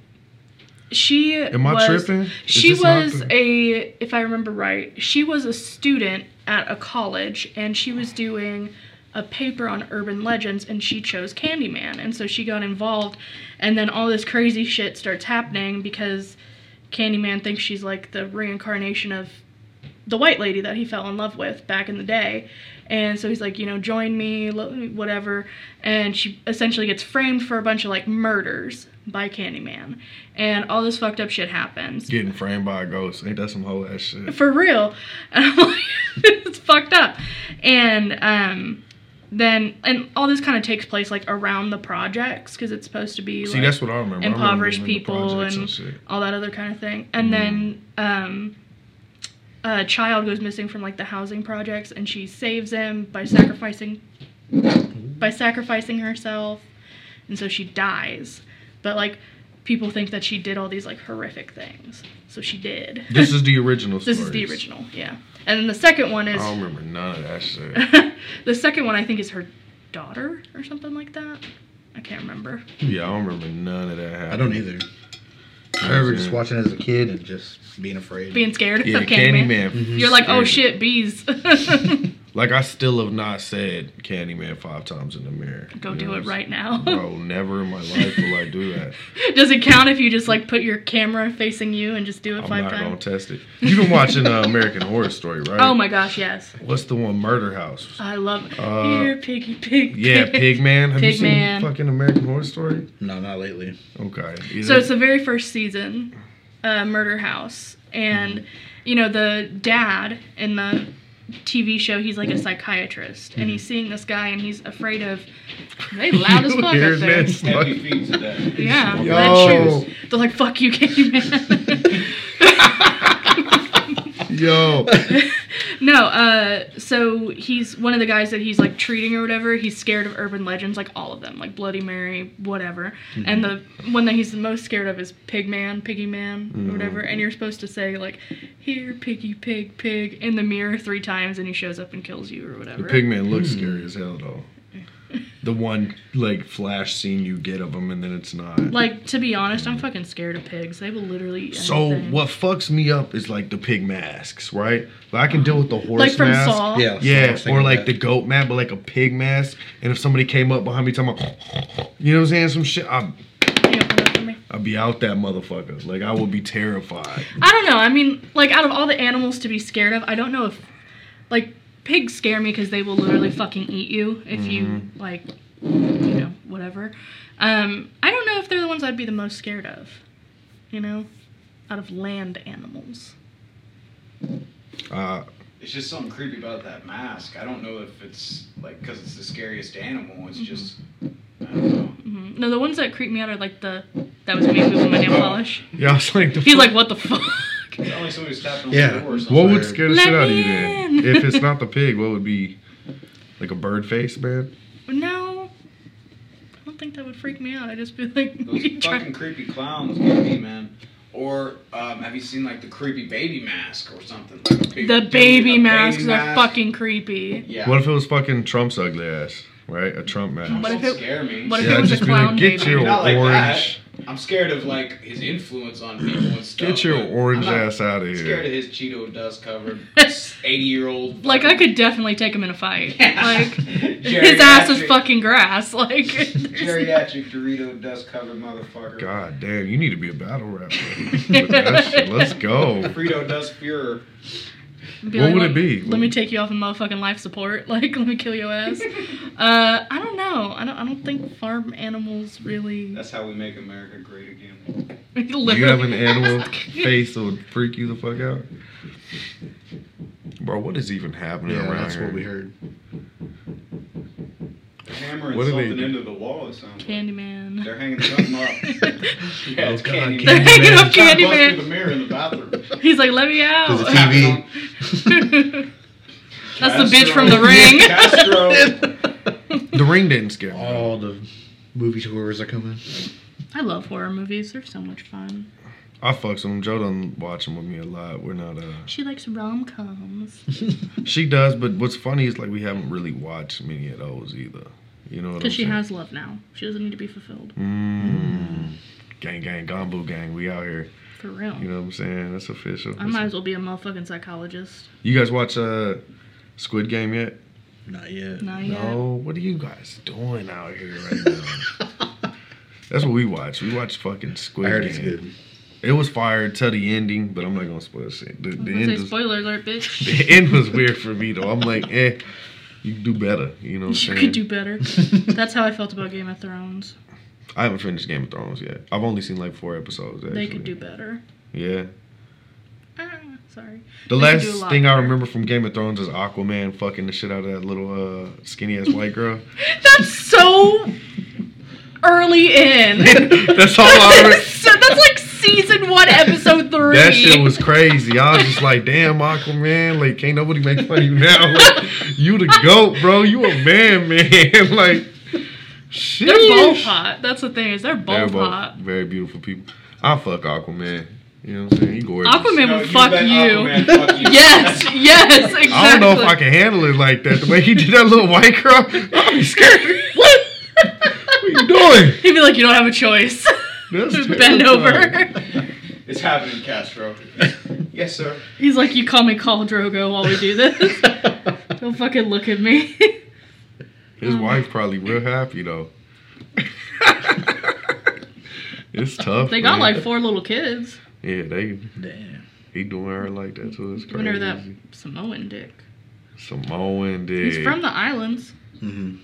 [SPEAKER 5] she.
[SPEAKER 4] Am I
[SPEAKER 5] was,
[SPEAKER 4] tripping? Is
[SPEAKER 5] She
[SPEAKER 4] this not
[SPEAKER 5] was
[SPEAKER 4] the-
[SPEAKER 5] a, if I remember right, she was a student at a college, and she was doing a paper on urban legends, and she chose Candyman, and so she got involved, and then all this crazy shit starts happening because Candyman thinks she's like the reincarnation of the white lady that he fell in love with back in the day. And so he's like, you know, join me, lo- whatever. And she essentially gets framed for a bunch of like murders by Candyman. And all this fucked up shit happens.
[SPEAKER 4] Getting framed by a ghost. Ain't that some whole ass shit?
[SPEAKER 5] For real. (laughs) And I'm like, it's fucked up. And um, then, and all this kind of takes place like around the projects because it's supposed to be
[SPEAKER 4] See,
[SPEAKER 5] like
[SPEAKER 4] that's what I remember. I remember
[SPEAKER 5] impoverished
[SPEAKER 4] them in the
[SPEAKER 5] people
[SPEAKER 4] projects Mm-hmm.
[SPEAKER 5] and,
[SPEAKER 4] shit.
[SPEAKER 5] all that other kind of thing. And then um, a child goes missing from like the housing projects, and she saves him by sacrificing by sacrificing herself, and so she dies. But like people think that she did all these like horrific things, so she did.
[SPEAKER 4] This is the original.
[SPEAKER 5] (laughs) This is the
[SPEAKER 4] stories.
[SPEAKER 5] original, yeah. And then the second one
[SPEAKER 4] I
[SPEAKER 5] is
[SPEAKER 4] don't remember none of that
[SPEAKER 5] (laughs)
[SPEAKER 4] shit.
[SPEAKER 5] the second one I think is her daughter or something like that. I can't remember.
[SPEAKER 4] yeah, I don't remember none of that. Happening.
[SPEAKER 6] I don't either. I remember just watching it as a kid and just being afraid.
[SPEAKER 5] Being scared
[SPEAKER 4] Yeah,
[SPEAKER 5] of Candyman.
[SPEAKER 4] Candyman.
[SPEAKER 6] Mm-hmm.
[SPEAKER 5] You're like, oh
[SPEAKER 4] Scared.
[SPEAKER 5] shit, bees. (laughs)
[SPEAKER 4] Like I still have not said Candyman five times in the mirror.
[SPEAKER 5] Go
[SPEAKER 4] You know
[SPEAKER 5] do
[SPEAKER 4] what
[SPEAKER 5] it
[SPEAKER 4] I'm
[SPEAKER 5] right now.
[SPEAKER 4] saying? (laughs) Bro, never in my life will I do that.
[SPEAKER 5] (laughs) Does it count if you just like put your camera facing you and just do it
[SPEAKER 4] I'm
[SPEAKER 5] five
[SPEAKER 4] not gonna
[SPEAKER 5] times?
[SPEAKER 4] test it. You've been watching uh, American Horror Story, right?
[SPEAKER 5] Oh my gosh, yes.
[SPEAKER 4] What's the one? Murder House.
[SPEAKER 5] I love
[SPEAKER 4] Uh,
[SPEAKER 5] here, piggy, pig.
[SPEAKER 4] Yeah, Pigman. Have you seen
[SPEAKER 5] Pigman.
[SPEAKER 4] fucking American Horror Story?
[SPEAKER 6] no, not lately.
[SPEAKER 4] Okay. Is
[SPEAKER 5] So
[SPEAKER 4] it- (laughs)
[SPEAKER 5] it's the very first season, uh, Murder House, and you know the dad in the TV show, he's like a psychiatrist, and he's seeing this guy, and he's afraid of. They loud as
[SPEAKER 4] You
[SPEAKER 5] fuck up there.
[SPEAKER 4] hearing this?
[SPEAKER 2] Heavy feet today.
[SPEAKER 5] Yeah,
[SPEAKER 4] Yo.
[SPEAKER 5] that shoes. They're like, "Fuck you, (laughs) Candyman." (laughs)
[SPEAKER 4] Yo,
[SPEAKER 5] No, uh, so he's one of the guys that he's like treating or whatever. He's scared of urban legends, like all of them, like Bloody Mary, whatever.
[SPEAKER 4] Mm-hmm.
[SPEAKER 5] And the one that he's the most scared of is Pigman, Piggy Man,
[SPEAKER 4] Mm-hmm.
[SPEAKER 5] or whatever. And you're supposed to say like, "Here, Piggy, Pig, Pig" in the mirror three times, and he shows up and kills you or
[SPEAKER 4] the
[SPEAKER 5] whatever.
[SPEAKER 4] Pigman looks scary as hell though. The one like flash scene you get of him and then it's not.
[SPEAKER 5] like to be honest, I'm fucking scared of pigs. They will literally. eat
[SPEAKER 4] So
[SPEAKER 5] anything.
[SPEAKER 4] what fucks me up is like the pig masks, right? Like I can deal with the horse
[SPEAKER 5] Like from
[SPEAKER 4] mask.
[SPEAKER 5] Saw.
[SPEAKER 6] Yeah. so I
[SPEAKER 4] Yeah,
[SPEAKER 6] was thinking
[SPEAKER 4] or like
[SPEAKER 6] that.
[SPEAKER 4] the goat mask, but like a pig mask. And if somebody came up behind me talking about, (laughs) you know what I'm saying, some shit, I'd,
[SPEAKER 5] Can you open that for me?
[SPEAKER 4] I'd be out that motherfucker. Like I would be terrified.
[SPEAKER 5] I don't know. I mean, like out of all the animals to be scared of, I don't know if like pigs scare me because they will literally fucking eat you if you like, you know, whatever. Um, I don't know if they're the ones I'd be the most scared of. You know, out of land animals.
[SPEAKER 4] Uh,
[SPEAKER 2] It's just something creepy about that mask. I don't know if it's like because it's the scariest animal.
[SPEAKER 5] Mm-hmm.
[SPEAKER 2] It's just I don't know.
[SPEAKER 5] Mhm. No, the ones that creep me out are like the that was me moving my nail polish. (laughs)
[SPEAKER 4] yeah, (laughs) I was like, the
[SPEAKER 5] He's
[SPEAKER 4] fuck-
[SPEAKER 5] like, what the fuck?
[SPEAKER 2] It's only somebody's tapping on
[SPEAKER 6] Yeah.
[SPEAKER 2] the door or something.
[SPEAKER 4] what would scare the
[SPEAKER 5] Let
[SPEAKER 4] shit out of
[SPEAKER 5] me
[SPEAKER 4] you then?
[SPEAKER 5] in.
[SPEAKER 4] if it's
[SPEAKER 5] (laughs)
[SPEAKER 4] not the pig, what would be like a bird face, man?
[SPEAKER 5] no, I don't think that would freak me out. I just be like, (laughs)
[SPEAKER 2] Those
[SPEAKER 5] you try-
[SPEAKER 2] fucking creepy clowns get me, man. Or um, have you seen like the creepy baby mask or something? Like a big
[SPEAKER 5] the
[SPEAKER 2] dude in a
[SPEAKER 5] baby masks are
[SPEAKER 2] mask.
[SPEAKER 5] fucking creepy.
[SPEAKER 2] Yeah.
[SPEAKER 4] What if it was fucking Trump's ugly ass, right? A Trump mask.
[SPEAKER 5] What
[SPEAKER 2] Don't
[SPEAKER 5] if it-
[SPEAKER 2] scare me.
[SPEAKER 5] what if
[SPEAKER 4] Yeah,
[SPEAKER 5] it was
[SPEAKER 4] just
[SPEAKER 5] a
[SPEAKER 4] be like,
[SPEAKER 5] clown
[SPEAKER 4] "Get
[SPEAKER 5] baby?
[SPEAKER 4] your
[SPEAKER 2] Not like
[SPEAKER 4] orange.
[SPEAKER 2] that. I'm scared of like his influence on people and stuff.
[SPEAKER 4] Get your
[SPEAKER 2] but
[SPEAKER 4] orange
[SPEAKER 2] I'm not
[SPEAKER 4] ass out of here.
[SPEAKER 2] Scared of his Cheeto dust
[SPEAKER 5] (laughs)
[SPEAKER 2] covered eighty year old.
[SPEAKER 5] Like I could definitely take him in a fight. Like
[SPEAKER 2] (laughs)
[SPEAKER 5] his
[SPEAKER 2] Geriatric-
[SPEAKER 5] ass
[SPEAKER 2] (laughs)
[SPEAKER 5] is fucking grass. (laughs) Like (laughs)
[SPEAKER 2] Geriatric Dorito dust covered motherfucker.
[SPEAKER 4] God damn, you need to be a battle rapper. With that shit. Let's go.
[SPEAKER 2] Frito dust Fuhrer.
[SPEAKER 5] Be
[SPEAKER 4] What
[SPEAKER 5] like,
[SPEAKER 4] would it
[SPEAKER 5] "Let-
[SPEAKER 4] be?
[SPEAKER 5] Let me take you off of motherfucking life support. (laughs) Like, let me kill your ass. uh, I don't know. I don't. I don't think farm animals really.
[SPEAKER 2] That's how we make America great again.
[SPEAKER 5] (laughs) literally.
[SPEAKER 4] You have an
[SPEAKER 5] (laughs)
[SPEAKER 4] animal face that would freak you the fuck out. Bro, what is even happening
[SPEAKER 6] Yeah,
[SPEAKER 4] around
[SPEAKER 6] that's
[SPEAKER 4] here?
[SPEAKER 6] what we heard.
[SPEAKER 2] They're hammering
[SPEAKER 4] What do they
[SPEAKER 2] something
[SPEAKER 4] do?
[SPEAKER 2] into the wall or something.
[SPEAKER 5] Candyman. (laughs)
[SPEAKER 2] They're hanging something up. yeah, it's
[SPEAKER 6] Oh, God,
[SPEAKER 2] Candyman.
[SPEAKER 5] They're hanging up
[SPEAKER 2] Trying to bust through
[SPEAKER 5] Candyman.
[SPEAKER 2] the mirror in the
[SPEAKER 5] (laughs)
[SPEAKER 2] bathroom.
[SPEAKER 5] He's like, let me
[SPEAKER 6] There's
[SPEAKER 5] (laughs)
[SPEAKER 6] a
[SPEAKER 5] out. (laughs)
[SPEAKER 6] TV.
[SPEAKER 5] That's the bitch from The
[SPEAKER 2] Castro.
[SPEAKER 5] Ring.
[SPEAKER 2] (laughs) Castro.
[SPEAKER 4] The ring didn't scare me.
[SPEAKER 6] (laughs) All the movie tours are coming.
[SPEAKER 5] I love horror movies. They're so much fun.
[SPEAKER 4] I fucks with him. Joe doesn't watch him with me a lot. We're not uh
[SPEAKER 5] She likes rom coms
[SPEAKER 4] she does, but what's funny is like we haven't really watched many of those either. You know what I'm
[SPEAKER 5] because she
[SPEAKER 4] saying?
[SPEAKER 5] has love now. She doesn't need to be fulfilled.
[SPEAKER 4] Mm. Gang gang gombo gang, we out here.
[SPEAKER 5] For real.
[SPEAKER 4] You know what I'm saying? That's official.
[SPEAKER 5] I might as well be a motherfucking psychologist.
[SPEAKER 4] You guys watch uh Squid Game yet?
[SPEAKER 6] Not yet.
[SPEAKER 5] Not yet.
[SPEAKER 4] No, what are you guys doing out here right now?
[SPEAKER 5] (laughs)
[SPEAKER 4] That's what we watch. We watch fucking Squid
[SPEAKER 6] I heard
[SPEAKER 4] Game.
[SPEAKER 6] it's good.
[SPEAKER 4] It was fire till the ending, but I'm not gonna spoil shit. The,
[SPEAKER 5] I was
[SPEAKER 4] the
[SPEAKER 5] gonna
[SPEAKER 4] end
[SPEAKER 5] say
[SPEAKER 4] was
[SPEAKER 5] spoiler alert, bitch.
[SPEAKER 4] (laughs) the end was weird for me though. I'm like, eh, you can do better. You know what I'm
[SPEAKER 5] (laughs) You
[SPEAKER 4] saying?
[SPEAKER 5] could do
[SPEAKER 4] (laughs)
[SPEAKER 5] better. That's how I felt about Game of Thrones.
[SPEAKER 4] I haven't finished Game of Thrones yet. I've only seen like four episodes. Actually.
[SPEAKER 5] They could do better.
[SPEAKER 4] Yeah.
[SPEAKER 5] Ah, sorry.
[SPEAKER 4] The
[SPEAKER 5] They could do a
[SPEAKER 4] last
[SPEAKER 5] lot
[SPEAKER 4] thing I
[SPEAKER 5] better.
[SPEAKER 4] remember from Game of Thrones is Aquaman fucking the shit out of that little uh, skinny ass white
[SPEAKER 5] (laughs)
[SPEAKER 4] girl. (laughs)
[SPEAKER 5] That's so early in.
[SPEAKER 4] (laughs) That's all I remember.
[SPEAKER 5] (laughs) so that's like season one, episode three.
[SPEAKER 4] That shit was crazy. I was just like, damn, Aquaman. Like, can't nobody make fun of you now. (laughs) Like, you the goat, bro. You a man, (laughs) man. like, shit.
[SPEAKER 5] (laughs) They're both hot. That's the thing is they're both,
[SPEAKER 4] They're both
[SPEAKER 5] hot.
[SPEAKER 4] very beautiful people. I fuck Aquaman. You know what I'm saying? He gorgeous.
[SPEAKER 5] Aquaman
[SPEAKER 2] No,
[SPEAKER 5] would
[SPEAKER 2] you
[SPEAKER 5] fuck
[SPEAKER 2] let
[SPEAKER 5] you.
[SPEAKER 2] Aquaman fuck you.
[SPEAKER 5] (laughs)
[SPEAKER 2] (laughs)
[SPEAKER 5] Yes, yes, exactly.
[SPEAKER 4] I don't know if I can handle it like that. The way he did that little white girl, (laughs) I'll be scared.
[SPEAKER 5] What?
[SPEAKER 4] What you doing?
[SPEAKER 5] (laughs) He'd be like, you don't have
[SPEAKER 4] (laughs)
[SPEAKER 5] a choice.
[SPEAKER 4] That's
[SPEAKER 5] Just bend
[SPEAKER 4] terrifying. (laughs)
[SPEAKER 5] over. (laughs)
[SPEAKER 2] It's happening, Castro. yes, sir.
[SPEAKER 5] He's like, you call me Call Drogo while we do this.
[SPEAKER 4] (laughs)
[SPEAKER 5] don't fucking look at me.
[SPEAKER 4] (laughs)
[SPEAKER 5] (laughs)
[SPEAKER 4] His wife probably real happy (laughs) though. it's tough.
[SPEAKER 5] they got
[SPEAKER 4] man.
[SPEAKER 5] like four little kids.
[SPEAKER 4] yeah, they
[SPEAKER 6] Damn.
[SPEAKER 4] he doing her like that too. It's
[SPEAKER 5] When
[SPEAKER 4] crazy.
[SPEAKER 5] are that Samoan dick?
[SPEAKER 4] Samoan dude.
[SPEAKER 5] He's from the islands.
[SPEAKER 6] hmm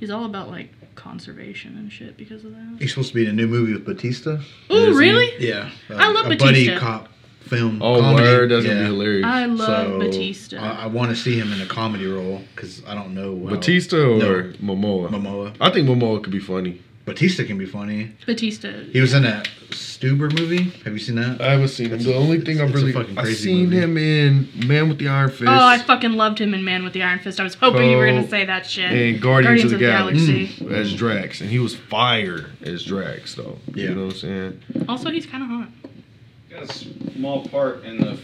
[SPEAKER 5] He's all about like conservation and shit because of that.
[SPEAKER 6] He's supposed to be in a new movie with Batista.
[SPEAKER 5] Ooh,
[SPEAKER 6] Is he?
[SPEAKER 5] really?
[SPEAKER 6] Yeah. I
[SPEAKER 5] I love
[SPEAKER 6] a buddy
[SPEAKER 5] Batista.
[SPEAKER 6] cop film.
[SPEAKER 4] Oh,
[SPEAKER 6] comedy.
[SPEAKER 4] word, that's gonna
[SPEAKER 6] Yeah.
[SPEAKER 4] be hilarious.
[SPEAKER 5] I love
[SPEAKER 6] So,
[SPEAKER 5] Batista.
[SPEAKER 4] uh,
[SPEAKER 6] I, I want to see him in a comedy role because I don't know. how-
[SPEAKER 4] Batista or
[SPEAKER 6] No.
[SPEAKER 4] Momoa?
[SPEAKER 6] Momoa.
[SPEAKER 4] I think Momoa could be funny.
[SPEAKER 6] Batista can be funny.
[SPEAKER 5] Batista.
[SPEAKER 6] He was in that Stuber movie. Have you seen that?
[SPEAKER 4] I haven't seen him. The only thing
[SPEAKER 6] it's-
[SPEAKER 4] I've
[SPEAKER 6] it's a
[SPEAKER 4] really
[SPEAKER 6] fucking
[SPEAKER 4] I've
[SPEAKER 6] crazy
[SPEAKER 4] seen
[SPEAKER 6] movie.
[SPEAKER 4] him in Man with the Iron Fist.
[SPEAKER 5] Oh, I fucking loved him in Man with the Iron Fist. I was hoping you were
[SPEAKER 4] Oh,
[SPEAKER 5] gonna say that shit.
[SPEAKER 4] and Guardians, of the, Galaxy,
[SPEAKER 5] Galaxy.
[SPEAKER 4] as Drax, and he was fire as Drax, though.
[SPEAKER 6] Yeah.
[SPEAKER 4] You know what I'm saying?
[SPEAKER 5] Also, he's kind of hot.
[SPEAKER 2] Got a small part in the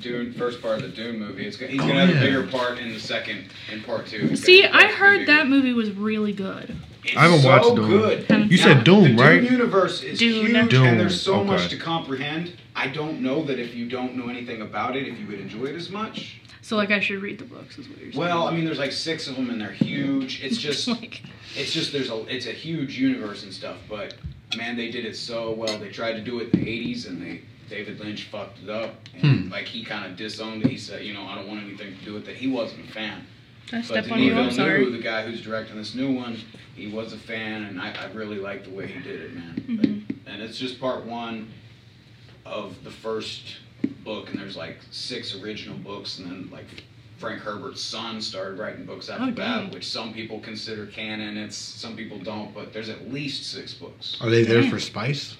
[SPEAKER 2] Dune first part of the Dune movie. It's, go- he's
[SPEAKER 6] Oh,
[SPEAKER 2] gonna have
[SPEAKER 6] yeah.
[SPEAKER 2] a bigger part in the second in part two. It's
[SPEAKER 5] See,
[SPEAKER 2] gonna be
[SPEAKER 5] I
[SPEAKER 2] fucking
[SPEAKER 5] heard
[SPEAKER 2] bigger.
[SPEAKER 5] that movie was really good.
[SPEAKER 2] It's
[SPEAKER 4] I haven't
[SPEAKER 2] so
[SPEAKER 4] watched Dune.
[SPEAKER 2] Good.
[SPEAKER 5] Haven't
[SPEAKER 4] You
[SPEAKER 5] seen
[SPEAKER 4] said
[SPEAKER 5] it.
[SPEAKER 4] Doom,
[SPEAKER 2] the
[SPEAKER 4] right?
[SPEAKER 2] Dune universe is
[SPEAKER 5] Dune.
[SPEAKER 2] huge,
[SPEAKER 4] Dune,
[SPEAKER 2] and there's so
[SPEAKER 4] okay.
[SPEAKER 2] much to comprehend. I don't know that if you don't know anything about it, if you would enjoy it as much.
[SPEAKER 5] So like, I should read the books. Is what you're saying?
[SPEAKER 2] Well, I mean, there's like six of them, and they're huge.
[SPEAKER 5] (laughs)
[SPEAKER 2] It's just,
[SPEAKER 5] like,
[SPEAKER 2] it's just there's a, it's a huge universe and stuff. But man, they did it so well. They tried to do it in the '80s, and they David Lynch fucked it up. And Like he kind of disowned it. He said, you know, I don't want anything to do with it. He wasn't a fan.
[SPEAKER 5] did I
[SPEAKER 2] But
[SPEAKER 5] step on
[SPEAKER 2] Denis
[SPEAKER 5] you. I'm
[SPEAKER 2] Villeneuve,
[SPEAKER 5] sorry.
[SPEAKER 2] the guy who's directing this new one, he was a fan, and I, I really liked the way he did it, man. Like,
[SPEAKER 5] Mm-hmm.
[SPEAKER 2] and it's just part one of the first book, and there's like six original books, and then like Frank Herbert's son started writing books after
[SPEAKER 5] Oh, dang.
[SPEAKER 2] that, which some people consider canon. It's some people don't, but there's at least six books.
[SPEAKER 6] Are they there
[SPEAKER 5] Damn.
[SPEAKER 6] for spice?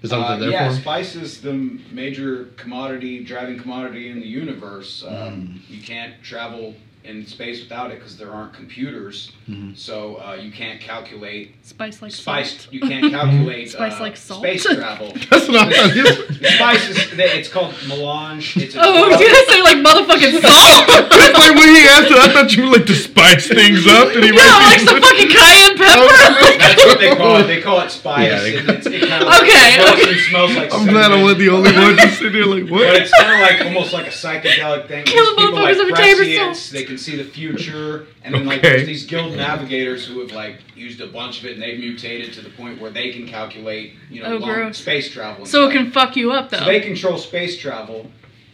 [SPEAKER 6] Is that what
[SPEAKER 2] Uh,
[SPEAKER 6] they're there
[SPEAKER 2] yeah,
[SPEAKER 6] for?
[SPEAKER 2] spice is the
[SPEAKER 6] Hmm.
[SPEAKER 2] major commodity, driving commodity in the universe. Um, You can't travel in space without it because there aren't computers.
[SPEAKER 6] Hmm.
[SPEAKER 2] So uh, you can't calculate
[SPEAKER 5] Spice like
[SPEAKER 2] spice.
[SPEAKER 5] salt. (laughs)
[SPEAKER 2] You can't calculate
[SPEAKER 5] Spice
[SPEAKER 2] uh,
[SPEAKER 5] like salt.
[SPEAKER 2] space travel.
[SPEAKER 6] That's what I thought. It's
[SPEAKER 2] spice is it's called melange. It's a
[SPEAKER 5] (laughs) Oh, I was gonna say like
[SPEAKER 2] (laughs)
[SPEAKER 5] motherfucking salt.
[SPEAKER 4] That's like when he asked it, I thought you like to spice
[SPEAKER 5] (laughs)
[SPEAKER 4] things up, and he
[SPEAKER 5] no, like some fucking
[SPEAKER 2] (laughs)
[SPEAKER 5] cayenne pepper.
[SPEAKER 2] That's what they call it. They call it spice.
[SPEAKER 6] Yeah, they-
[SPEAKER 2] and
[SPEAKER 6] (laughs)
[SPEAKER 2] it's, it kind of
[SPEAKER 5] Okay,
[SPEAKER 2] smells,
[SPEAKER 5] okay.
[SPEAKER 2] It smells
[SPEAKER 4] (laughs)
[SPEAKER 2] like.
[SPEAKER 4] I'm glad I
[SPEAKER 2] cinnamon.
[SPEAKER 4] wasn't the only one to sit there like
[SPEAKER 2] But
[SPEAKER 4] what?
[SPEAKER 2] it's kind of like almost like a psychedelic thing.
[SPEAKER 5] Kill the
[SPEAKER 2] These people like
[SPEAKER 5] motherfuckers with a taser
[SPEAKER 2] prescience,
[SPEAKER 5] saw.
[SPEAKER 2] they can see the future, and then like
[SPEAKER 4] Okay.
[SPEAKER 2] there's these guild navigators who have like used a bunch of it, and they've mutated to the point where they can calculate, you know,
[SPEAKER 5] Oh,
[SPEAKER 2] long
[SPEAKER 5] gross.
[SPEAKER 2] space travel.
[SPEAKER 5] (laughs)
[SPEAKER 2] and
[SPEAKER 5] so it
[SPEAKER 2] stuff.
[SPEAKER 5] can fuck you up though.
[SPEAKER 2] So they control space travel.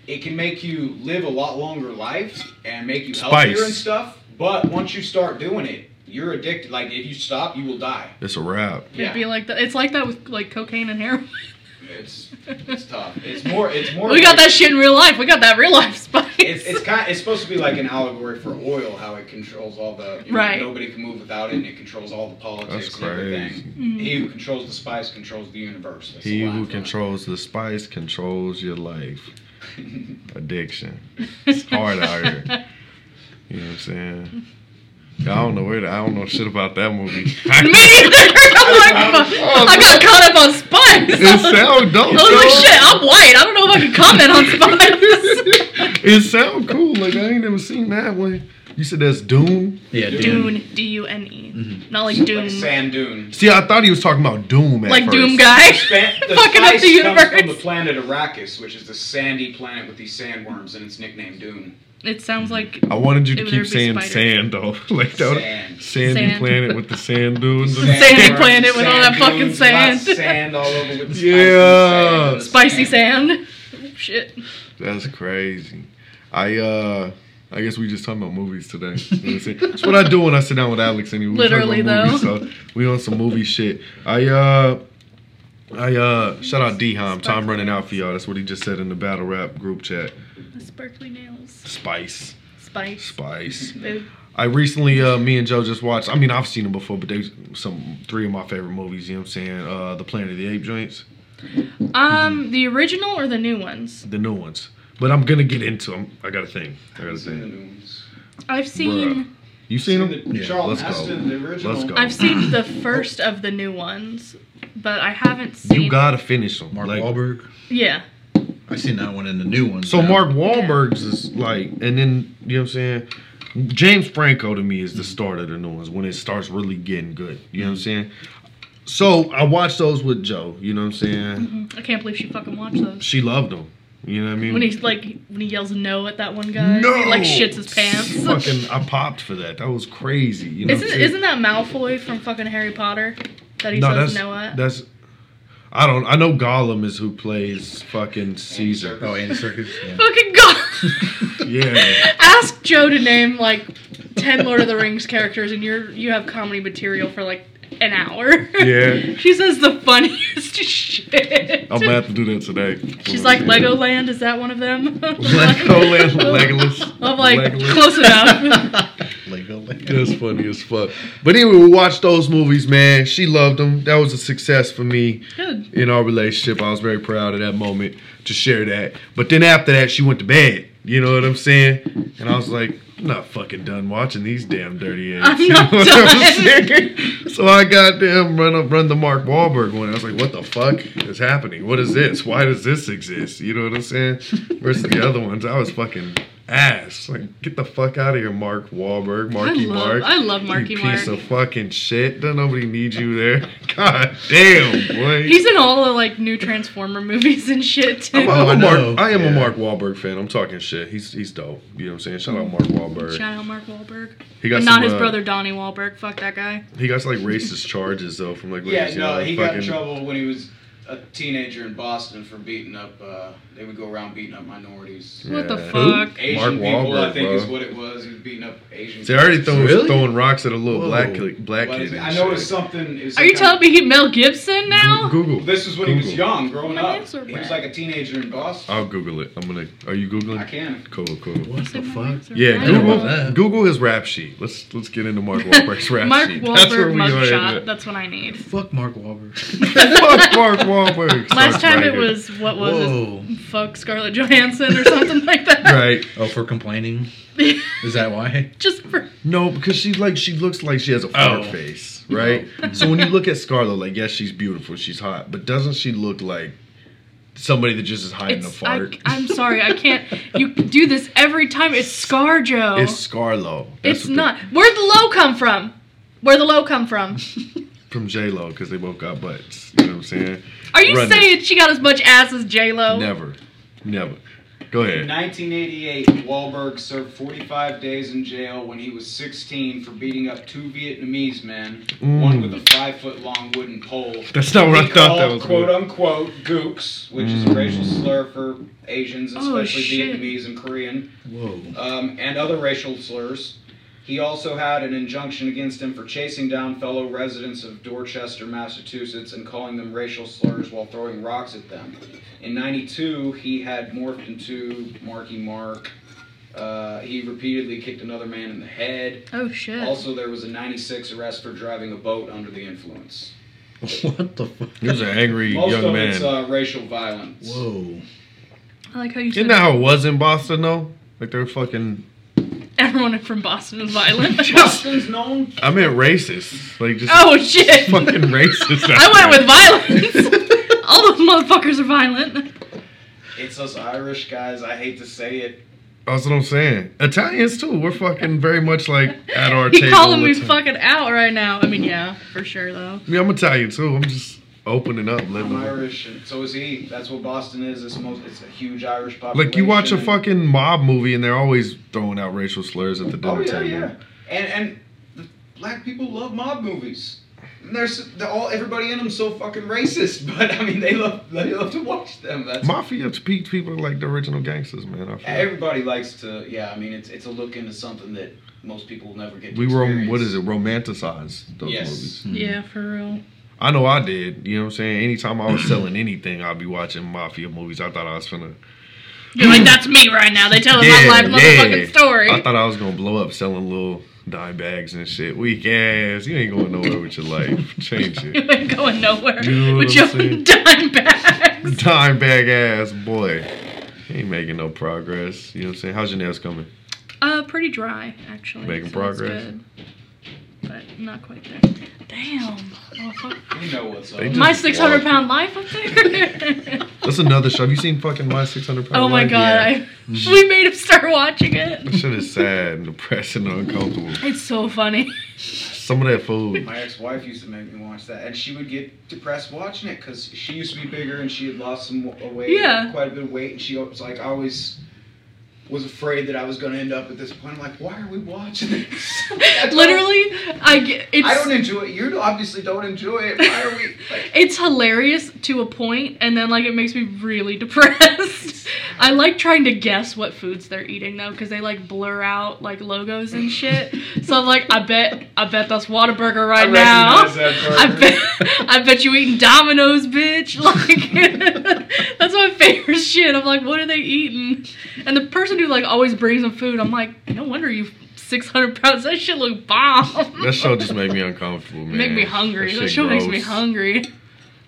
[SPEAKER 2] It can make you live a lot longer life and make you healthier
[SPEAKER 4] Spice.
[SPEAKER 2] and stuff. But once you start doing it, you're addicted. Like if you stop, you will die.
[SPEAKER 4] It's a wrap.
[SPEAKER 5] It'd be like that. It's like that with like cocaine and heroin. (laughs)
[SPEAKER 2] It's it's tough. It's more. It's more.
[SPEAKER 5] We got that shit in real life. We got that real life spice.
[SPEAKER 2] It's it's kind. It's supposed to be like an allegory for oil, how it controls all the. You know,
[SPEAKER 5] Right.
[SPEAKER 2] Nobody can move without it, and it controls all the politics
[SPEAKER 4] That's
[SPEAKER 2] and everything.
[SPEAKER 4] crazy.
[SPEAKER 5] Mm-hmm.
[SPEAKER 2] He who controls the spice controls the universe. That's
[SPEAKER 4] He
[SPEAKER 2] the line
[SPEAKER 4] who
[SPEAKER 2] from it.
[SPEAKER 4] controls the spice controls your life. (laughs) Addiction. It's hard out here. You know what I'm saying? I don't know where to, I don't know shit about that
[SPEAKER 5] (laughs)
[SPEAKER 4] movie. (laughs)
[SPEAKER 5] (laughs) Me either. I'm like, fuck. I got caught up on spice.
[SPEAKER 4] it
[SPEAKER 5] (laughs)
[SPEAKER 4] sound dope.
[SPEAKER 5] I was like,
[SPEAKER 4] though.
[SPEAKER 5] shit, I'm white. I don't know if I can comment on spice.
[SPEAKER 2] (laughs)
[SPEAKER 4] It sound cool. Like I ain't never seen that one. You said that's Doom.
[SPEAKER 6] yeah, dude.
[SPEAKER 5] Dune, D U N E. Not like Doom.
[SPEAKER 2] Like a
[SPEAKER 5] (laughs)
[SPEAKER 2] sand dune.
[SPEAKER 4] See, I thought he was talking about Doom at
[SPEAKER 5] Like
[SPEAKER 4] first.
[SPEAKER 5] Doom guy.
[SPEAKER 2] Span-
[SPEAKER 5] (laughs)
[SPEAKER 2] the
[SPEAKER 5] Fucking up
[SPEAKER 2] spice
[SPEAKER 5] the
[SPEAKER 2] comes from the
[SPEAKER 5] universe.
[SPEAKER 2] planet Arrakis, which is the sandy planet with these sandworms, and it's nicknamed Dune.
[SPEAKER 5] It sounds like
[SPEAKER 4] I wanted you to
[SPEAKER 5] It would
[SPEAKER 4] keep
[SPEAKER 5] be
[SPEAKER 4] saying
[SPEAKER 5] spiders.
[SPEAKER 4] sand though, (laughs) like that
[SPEAKER 2] Sand.
[SPEAKER 4] sandy
[SPEAKER 5] Sand.
[SPEAKER 4] planet with the sand dunes.
[SPEAKER 2] Sand
[SPEAKER 5] Sandy
[SPEAKER 2] worms,
[SPEAKER 5] planet with all
[SPEAKER 2] sand
[SPEAKER 5] that fucking
[SPEAKER 2] dunes, lots of
[SPEAKER 5] sand.
[SPEAKER 2] sand all over with the spicy
[SPEAKER 4] Yeah.
[SPEAKER 2] sand.
[SPEAKER 5] spicy sand. Oh, Shit.
[SPEAKER 4] That's crazy. I uh, I guess we just talking about movies today. You know what I'm saying? That's what I do when I sit down with Alex. Anyway, We talking
[SPEAKER 5] Literally,
[SPEAKER 4] about movies,
[SPEAKER 5] though.
[SPEAKER 4] so we on some movie shit. I uh. I uh shout out D Hom. Time running out for y'all. That's what he just said in the battle rap group chat.
[SPEAKER 5] Sparkly nails.
[SPEAKER 4] Spice.
[SPEAKER 5] Spice.
[SPEAKER 4] Spice.
[SPEAKER 5] Boo.
[SPEAKER 4] I recently, uh, me and Joe just watched. I mean, I've seen them before, but they some three of my favorite movies. You know what I'm saying? Uh, the Planet of the Ape joints,
[SPEAKER 5] Um, the original or the new ones?
[SPEAKER 4] the new ones. But I'm gonna get into them. I got a thing. I got a
[SPEAKER 2] Sand
[SPEAKER 4] thing.
[SPEAKER 2] dunes.
[SPEAKER 5] I've seen.
[SPEAKER 4] You seen
[SPEAKER 2] Seen
[SPEAKER 4] them?
[SPEAKER 2] the Charlton
[SPEAKER 4] let's go.
[SPEAKER 2] Heston, the original.
[SPEAKER 4] Let's go.
[SPEAKER 5] I've seen the first of the new ones, but I haven't seen.
[SPEAKER 4] You gotta finish them.
[SPEAKER 6] Mark
[SPEAKER 4] like,
[SPEAKER 6] Wahlberg.
[SPEAKER 5] Yeah.
[SPEAKER 6] I seen that one in the new one.
[SPEAKER 4] So Mark Wahlberg's is like, and then you know what I'm saying. James Franco to me is the
[SPEAKER 6] Mm-hmm.
[SPEAKER 4] start of the new ones when it starts really getting good. You know what I'm saying? So I watched those with Joe. You know what I'm saying?
[SPEAKER 5] I can't believe she fucking watched those.
[SPEAKER 4] She loved them. You know what I mean?
[SPEAKER 5] When he's like, when he yells no at that one guy, he like shits his pants.
[SPEAKER 4] (laughs) Fucking, I popped for that. That was crazy. You know,
[SPEAKER 5] Isn't
[SPEAKER 4] what I'm saying?
[SPEAKER 5] isn't that Malfoy from fucking Harry Potter that he
[SPEAKER 4] no,
[SPEAKER 5] says
[SPEAKER 4] that's
[SPEAKER 5] no at?
[SPEAKER 4] that's. I don't. I know Gollum is who plays fucking Caesar.
[SPEAKER 6] Oh, Andy Circus. Yeah.
[SPEAKER 5] fucking god. (laughs)
[SPEAKER 4] Yeah,
[SPEAKER 5] Ask Joe to name like ten Lord of the Rings characters, and you're you have comedy material for like an hour.
[SPEAKER 4] yeah.
[SPEAKER 5] (laughs) she says the funniest (laughs) shit.
[SPEAKER 4] I'm gonna have to do that today.
[SPEAKER 5] She's
[SPEAKER 4] (laughs)
[SPEAKER 5] like Legoland. Is that one of them? (laughs)
[SPEAKER 4] Legolas. Legolas.
[SPEAKER 5] I'm like
[SPEAKER 4] Legolas.
[SPEAKER 5] close enough.
[SPEAKER 4] (laughs)
[SPEAKER 6] Lego Land.
[SPEAKER 4] That's funny as fuck. But anyway, we watched those movies, man. She loved them. That was a success for me.
[SPEAKER 5] Good.
[SPEAKER 4] in our relationship. I was very proud of that moment to share that. But then after that, she went to bed. You know what I'm saying? And I was like, I'm not fucking done watching these damn dirty apes. (laughs)
[SPEAKER 5] I'm
[SPEAKER 4] You
[SPEAKER 5] not
[SPEAKER 4] know what I'm
[SPEAKER 5] done.
[SPEAKER 4] saying? so I goddamn run up, run the Mark Wahlberg one. I was like, what the fuck is happening? What is this? Why does this exist? You know what I'm saying? Versus the other ones, I was fucking ass. Like, get the fuck out of here, Mark Wahlberg, Marky
[SPEAKER 5] I love
[SPEAKER 4] Mark.
[SPEAKER 5] I love Marky
[SPEAKER 4] you
[SPEAKER 5] Mark.
[SPEAKER 4] piece of fucking shit. Doesn't nobody need you there. (laughs) God damn, boy.
[SPEAKER 5] He's in all the like new Transformer movies and shit too.
[SPEAKER 4] I'm a-
[SPEAKER 6] (laughs) Oh,
[SPEAKER 4] I'm a
[SPEAKER 6] I
[SPEAKER 4] Mark-
[SPEAKER 6] know.
[SPEAKER 4] I am a
[SPEAKER 6] Yeah.
[SPEAKER 4] Mark Wahlberg fan. I'm talking shit. He's he's dope. You know what I'm saying? Shout out Mark Wahlberg.
[SPEAKER 5] Shout out Mark Wahlberg.
[SPEAKER 4] He got
[SPEAKER 5] But not
[SPEAKER 4] some,
[SPEAKER 5] his
[SPEAKER 4] uh,
[SPEAKER 5] brother Donnie Wahlberg. Fuck that guy.
[SPEAKER 4] He got some, like racist charges though from like
[SPEAKER 2] Yeah,
[SPEAKER 4] Louisiana,
[SPEAKER 2] no, he got in
[SPEAKER 4] fucking-
[SPEAKER 2] trouble when he was a teenager in Boston for beating up. Uh, they would go around beating up minorities.
[SPEAKER 5] What the
[SPEAKER 4] Yeah.
[SPEAKER 5] fuck?
[SPEAKER 2] Asian
[SPEAKER 4] Mark
[SPEAKER 2] people, I
[SPEAKER 4] Wahlberg,
[SPEAKER 2] think,
[SPEAKER 4] bro.
[SPEAKER 2] is what it was. He was beating up Asian.
[SPEAKER 4] See, I already
[SPEAKER 2] people.
[SPEAKER 4] throw,
[SPEAKER 6] Really?
[SPEAKER 4] throwing rocks at a little black
[SPEAKER 6] Whoa.
[SPEAKER 4] kid, black
[SPEAKER 2] What is
[SPEAKER 4] kid.
[SPEAKER 2] it?
[SPEAKER 4] and
[SPEAKER 2] I know it was
[SPEAKER 4] shit.
[SPEAKER 2] something. It was
[SPEAKER 5] Are you
[SPEAKER 2] some
[SPEAKER 5] telling
[SPEAKER 2] kind
[SPEAKER 5] me he Mel Gibson now?
[SPEAKER 4] Google.
[SPEAKER 2] of- This was when he was
[SPEAKER 4] Google.
[SPEAKER 2] young, growing
[SPEAKER 5] My
[SPEAKER 2] up.
[SPEAKER 5] nails are
[SPEAKER 2] He was
[SPEAKER 5] red.
[SPEAKER 2] like a teenager in Boston.
[SPEAKER 4] I'll Google it. I'm gonna. Are you googling?
[SPEAKER 2] I can.
[SPEAKER 4] Cool, cool.
[SPEAKER 6] What the fuck?
[SPEAKER 4] Yeah,
[SPEAKER 6] don't know
[SPEAKER 4] Google.
[SPEAKER 6] about that.
[SPEAKER 4] Google his rap sheet. Let's let's get into
[SPEAKER 5] (laughs)
[SPEAKER 4] Mark Wahlberg's rap
[SPEAKER 5] Mark
[SPEAKER 4] sheet.
[SPEAKER 5] Wahlberg
[SPEAKER 4] are
[SPEAKER 5] mugshot.
[SPEAKER 4] at.
[SPEAKER 5] That's what I need.
[SPEAKER 6] Fuck Mark Wahlberg.
[SPEAKER 4] (laughs) Fuck Mark Wahlberg.
[SPEAKER 5] Last
[SPEAKER 4] starts
[SPEAKER 5] time
[SPEAKER 4] right
[SPEAKER 5] it
[SPEAKER 4] here.
[SPEAKER 5] was what was
[SPEAKER 6] Whoa.
[SPEAKER 5] it? Fuck Scarlett Johansson or (laughs) something like that.
[SPEAKER 4] Right.
[SPEAKER 6] Oh, for complaining? Is that why?
[SPEAKER 5] Just for
[SPEAKER 4] No, because she like she looks like she has a fart
[SPEAKER 6] Oh.
[SPEAKER 4] face, right? so when you look at Scarlett, like yes, she's beautiful, she's hot, but doesn't she look like somebody that just is hiding a
[SPEAKER 5] it's, I,
[SPEAKER 4] fart?
[SPEAKER 5] I'm sorry,
[SPEAKER 4] (laughs)
[SPEAKER 5] I can't. You do this every time. It's ScarJo.
[SPEAKER 4] it's Scarlo. That's
[SPEAKER 5] It's
[SPEAKER 4] what they-
[SPEAKER 5] not. Where'd the low come from? Where'd the low
[SPEAKER 4] (laughs)
[SPEAKER 5] come from?
[SPEAKER 4] from J Lo because they both got butts. You know what I'm saying?
[SPEAKER 5] Are you
[SPEAKER 4] Run
[SPEAKER 5] saying she got as much ass as J Lo?
[SPEAKER 4] Never, never. Go ahead.
[SPEAKER 2] In 1988, Wahlberg served 45 days in jail when he was 16 for beating up two Vietnamese men, one with a five foot long wooden pole.
[SPEAKER 4] That's not what I
[SPEAKER 2] He
[SPEAKER 4] thought that
[SPEAKER 2] called,
[SPEAKER 4] was.
[SPEAKER 2] Quote unquote, gooks, which is a racial slur for Asians,
[SPEAKER 5] Oh,
[SPEAKER 2] especially
[SPEAKER 5] shit.
[SPEAKER 2] Vietnamese and Korean,
[SPEAKER 6] Whoa.
[SPEAKER 2] um, and other racial slurs. He also had an injunction against him for chasing down fellow residents of Dorchester, Massachusetts, and calling them racial slurs while throwing rocks at them. In '92, he had morphed into Marky Mark. Uh, he repeatedly kicked another man in the head.
[SPEAKER 5] Oh shit.
[SPEAKER 2] Also, there was a '96 arrest for driving a boat under the influence.
[SPEAKER 6] What the fuck?
[SPEAKER 4] He was an angry
[SPEAKER 2] Most
[SPEAKER 4] young
[SPEAKER 2] of
[SPEAKER 4] man.
[SPEAKER 2] it's uh, racial violence.
[SPEAKER 6] Whoa.
[SPEAKER 5] I like how you
[SPEAKER 4] Isn't
[SPEAKER 5] said
[SPEAKER 4] that how it was in Boston though? Like they're fucking.
[SPEAKER 5] everyone from Boston
[SPEAKER 4] (laughs)
[SPEAKER 5] is violent.
[SPEAKER 2] Boston's known.
[SPEAKER 4] I meant racist. Like just
[SPEAKER 5] oh shit.
[SPEAKER 4] fucking
[SPEAKER 5] (laughs)
[SPEAKER 4] racist.
[SPEAKER 5] I went with violence. (laughs) All those motherfuckers are violent.
[SPEAKER 2] It's us Irish guys. I hate to say it.
[SPEAKER 4] That's what I'm saying. Italians too. We're fucking very much like at
[SPEAKER 5] (laughs)
[SPEAKER 4] our
[SPEAKER 5] He
[SPEAKER 4] table.
[SPEAKER 5] calling
[SPEAKER 4] all
[SPEAKER 5] me
[SPEAKER 4] the time.
[SPEAKER 5] fucking out right now. I mean, yeah, for sure though.
[SPEAKER 4] I mean, I'm Italian too. I'm just opening up,
[SPEAKER 2] I'm
[SPEAKER 4] living. it.
[SPEAKER 2] Irish, and so is he. That's what Boston is. It's most. It's a huge Irish population.
[SPEAKER 4] Like you watch a
[SPEAKER 2] and-
[SPEAKER 4] fucking mob movie and they're always throwing out racial slurs at the dinner
[SPEAKER 2] Oh yeah,
[SPEAKER 4] table.
[SPEAKER 2] yeah. And and the black people love mob movies. And they're, s- they're all everybody in them so fucking racist, (laughs) but I mean they love they love to watch them. That's
[SPEAKER 4] Mafia peaked people are like the original gangsters, man. I feel.
[SPEAKER 2] everybody likes to. Yeah, I mean it's it's a look into something that most people will never get. To
[SPEAKER 4] we were on,
[SPEAKER 2] experience.
[SPEAKER 4] what is it romanticized those
[SPEAKER 2] Yes.
[SPEAKER 4] movies.
[SPEAKER 5] Yeah, for real.
[SPEAKER 4] I know I did. You know what I'm saying? Anytime I was selling anything, I'd be watching mafia movies. I thought I was finna.
[SPEAKER 5] You're like, that's me right now. They tell us my life motherfucking story.
[SPEAKER 4] Hmm.
[SPEAKER 5] (laughs)
[SPEAKER 4] I thought I was gonna blow up selling little dime bags and shit. Weak ass. You ain't going nowhere with your life. (laughs) Change it.
[SPEAKER 5] you ain't going nowhere
[SPEAKER 4] You know
[SPEAKER 5] with
[SPEAKER 4] what
[SPEAKER 5] your
[SPEAKER 4] I'm saying?
[SPEAKER 5] (laughs) dime bags.
[SPEAKER 4] Dime bag ass boy. Ain't making no progress. You know what I'm saying? How's your nails coming?
[SPEAKER 5] Uh, pretty dry actually.
[SPEAKER 4] Making
[SPEAKER 5] so that's
[SPEAKER 4] progress.
[SPEAKER 5] good. But not quite there. Damn. motherfucker.
[SPEAKER 2] You know what's up.
[SPEAKER 4] They just-
[SPEAKER 5] My 600 pound life up there.
[SPEAKER 4] That's another Mm-hmm. show. Have you seen fucking My 600 Pound
[SPEAKER 5] (laughs) oh my
[SPEAKER 4] Life?
[SPEAKER 5] god, I, (laughs) we made him start watching
[SPEAKER 4] (laughs)
[SPEAKER 5] it.
[SPEAKER 4] That shit is sad and depressing and uncomfortable.
[SPEAKER 5] It's so funny.
[SPEAKER 4] Some of that food.
[SPEAKER 2] My ex-wife used to make me watch that, and she would get depressed watching it because she used to be bigger and she had lost some w- weight,
[SPEAKER 5] Yeah.
[SPEAKER 2] quite a bit of weight, and she was like, I always was afraid that I was going to end up at this point. I'm like, why are we watching this? I don't-
[SPEAKER 5] Literally, I get it's.
[SPEAKER 2] (laughs) I don't enjoy it. You obviously don't enjoy it. Why are we? Like,
[SPEAKER 5] it's hilarious to a point, and then like it makes me really (laughs) depressed. I like trying to guess what foods they're eating though, because they like blur out like logos and shit. so I'm like, I bet, I bet that's Whataburger right now.
[SPEAKER 2] recognize that burger.
[SPEAKER 5] I bet, I bet you eating Domino's, bitch. (laughs) Like (laughs) that's my favorite shit. I'm like, what are they eating? And the person who like always brings them food, I'm like, no wonder you 600 pounds. That shit look bomb.
[SPEAKER 4] That show just made me uncomfortable, man.
[SPEAKER 5] Make me hungry. That,
[SPEAKER 4] shit
[SPEAKER 5] show makes me
[SPEAKER 4] gross.
[SPEAKER 5] hungry.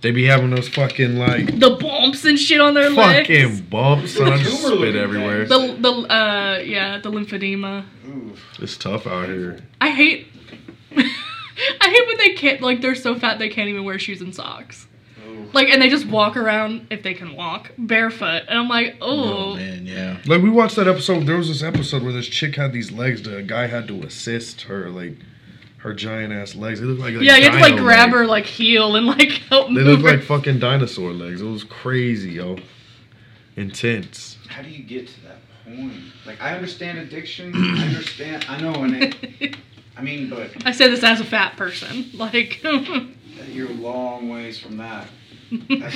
[SPEAKER 4] They be having those fucking like
[SPEAKER 5] The bumps and shit on their legs.
[SPEAKER 4] fucking bumps and I just
[SPEAKER 2] Tumor
[SPEAKER 4] spit
[SPEAKER 2] looking
[SPEAKER 4] everywhere.
[SPEAKER 5] The the uh yeah the lymphedema.
[SPEAKER 2] ooh,
[SPEAKER 4] It's tough out here.
[SPEAKER 5] I hate. (laughs) I hate when they can't like they're so fat they can't even wear shoes and socks.
[SPEAKER 2] ooh.
[SPEAKER 5] Like and they just walk around if they can walk barefoot and I'm like
[SPEAKER 6] Oh,
[SPEAKER 5] oh
[SPEAKER 6] man, yeah.
[SPEAKER 4] Like we watched that episode. There was this episode where this chick had these legs. The guy had to assist her, like her giant ass legs. They look like, like
[SPEAKER 5] yeah you have to like
[SPEAKER 4] dino
[SPEAKER 5] grab
[SPEAKER 4] legs.
[SPEAKER 5] her like heel and like (laughs) help
[SPEAKER 4] They
[SPEAKER 5] move
[SPEAKER 4] look
[SPEAKER 5] her.
[SPEAKER 4] like fucking dinosaur legs. It was crazy, yo.
[SPEAKER 5] (laughs)
[SPEAKER 4] Intense.
[SPEAKER 2] How do you get to that point? Like, I understand addiction. I
[SPEAKER 5] (clears throat)
[SPEAKER 2] understand. I know, and it, I mean, but
[SPEAKER 5] I say this as a fat person (laughs)
[SPEAKER 4] (laughs)
[SPEAKER 5] like
[SPEAKER 2] you're a long ways from that. That's,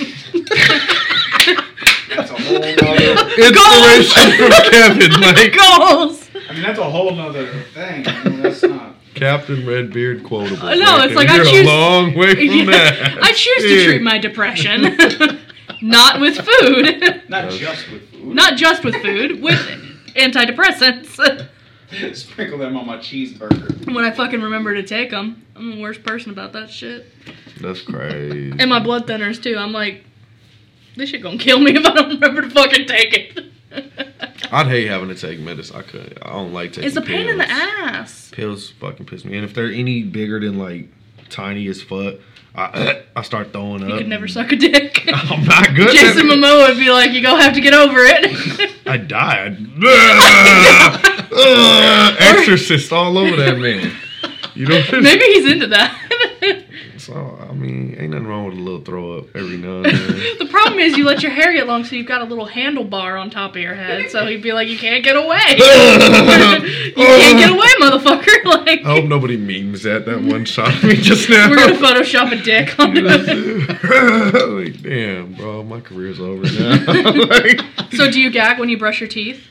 [SPEAKER 2] that's a
[SPEAKER 5] (laughs)
[SPEAKER 2] whole nother.
[SPEAKER 4] Inspiration from
[SPEAKER 5] Oh
[SPEAKER 4] Kevin, like
[SPEAKER 5] goals. (laughs)
[SPEAKER 2] I mean, that's a whole nother thing. I mean, that's not.
[SPEAKER 4] Captain Redbeard quotable.
[SPEAKER 5] Uh, no, it's
[SPEAKER 4] fucking-
[SPEAKER 5] like I
[SPEAKER 4] You're
[SPEAKER 5] choose-
[SPEAKER 4] a long way from that.
[SPEAKER 5] I choose to treat my
[SPEAKER 4] (laughs)
[SPEAKER 5] depression (laughs) not with food. (laughs)
[SPEAKER 2] Not just with food.
[SPEAKER 5] not just with food, with antidepressants. (laughs)
[SPEAKER 2] (laughs) Sprinkle them on my cheeseburger.
[SPEAKER 5] When I fucking remember to take them, I'm the worst person about that shit.
[SPEAKER 4] That's crazy.
[SPEAKER 5] And my blood thinners too. I'm like, this shit gonna kill me (laughs) if I don't remember to fucking take it. (laughs)
[SPEAKER 4] I'd hate having to take medicine. I could. I don't like taking.
[SPEAKER 5] it's a pain in the
[SPEAKER 4] pills.
[SPEAKER 5] ass.
[SPEAKER 4] Pills fucking piss me. And if they're any bigger than like tiny as fuck, I (coughs) I start throwing up.
[SPEAKER 5] You could never suck a dick.
[SPEAKER 4] (laughs) I'm not good. at
[SPEAKER 5] Jason
[SPEAKER 4] it.
[SPEAKER 5] Momoa would be like, you gonna have to get over it. (laughs)
[SPEAKER 4] I died. (laughs) Ugh. Ugh. Exorcist all over that man. You know what I mean?
[SPEAKER 5] Maybe he's into that. (laughs)
[SPEAKER 4] So, I mean, ain't nothing wrong with a little throw up every now and then.
[SPEAKER 5] the problem is you let your hair get long, so you've got a little handlebar on top of your head. So he'd be like, you can't get away. (laughs) you can't get away, motherfucker. (laughs) Like,
[SPEAKER 4] I hope nobody memes that that one shot of me just now. (laughs)
[SPEAKER 5] we're gonna Photoshop a dick on it.
[SPEAKER 4] like, damn, bro, my career's over now. (laughs) like,
[SPEAKER 5] So do you gag when you brush your teeth?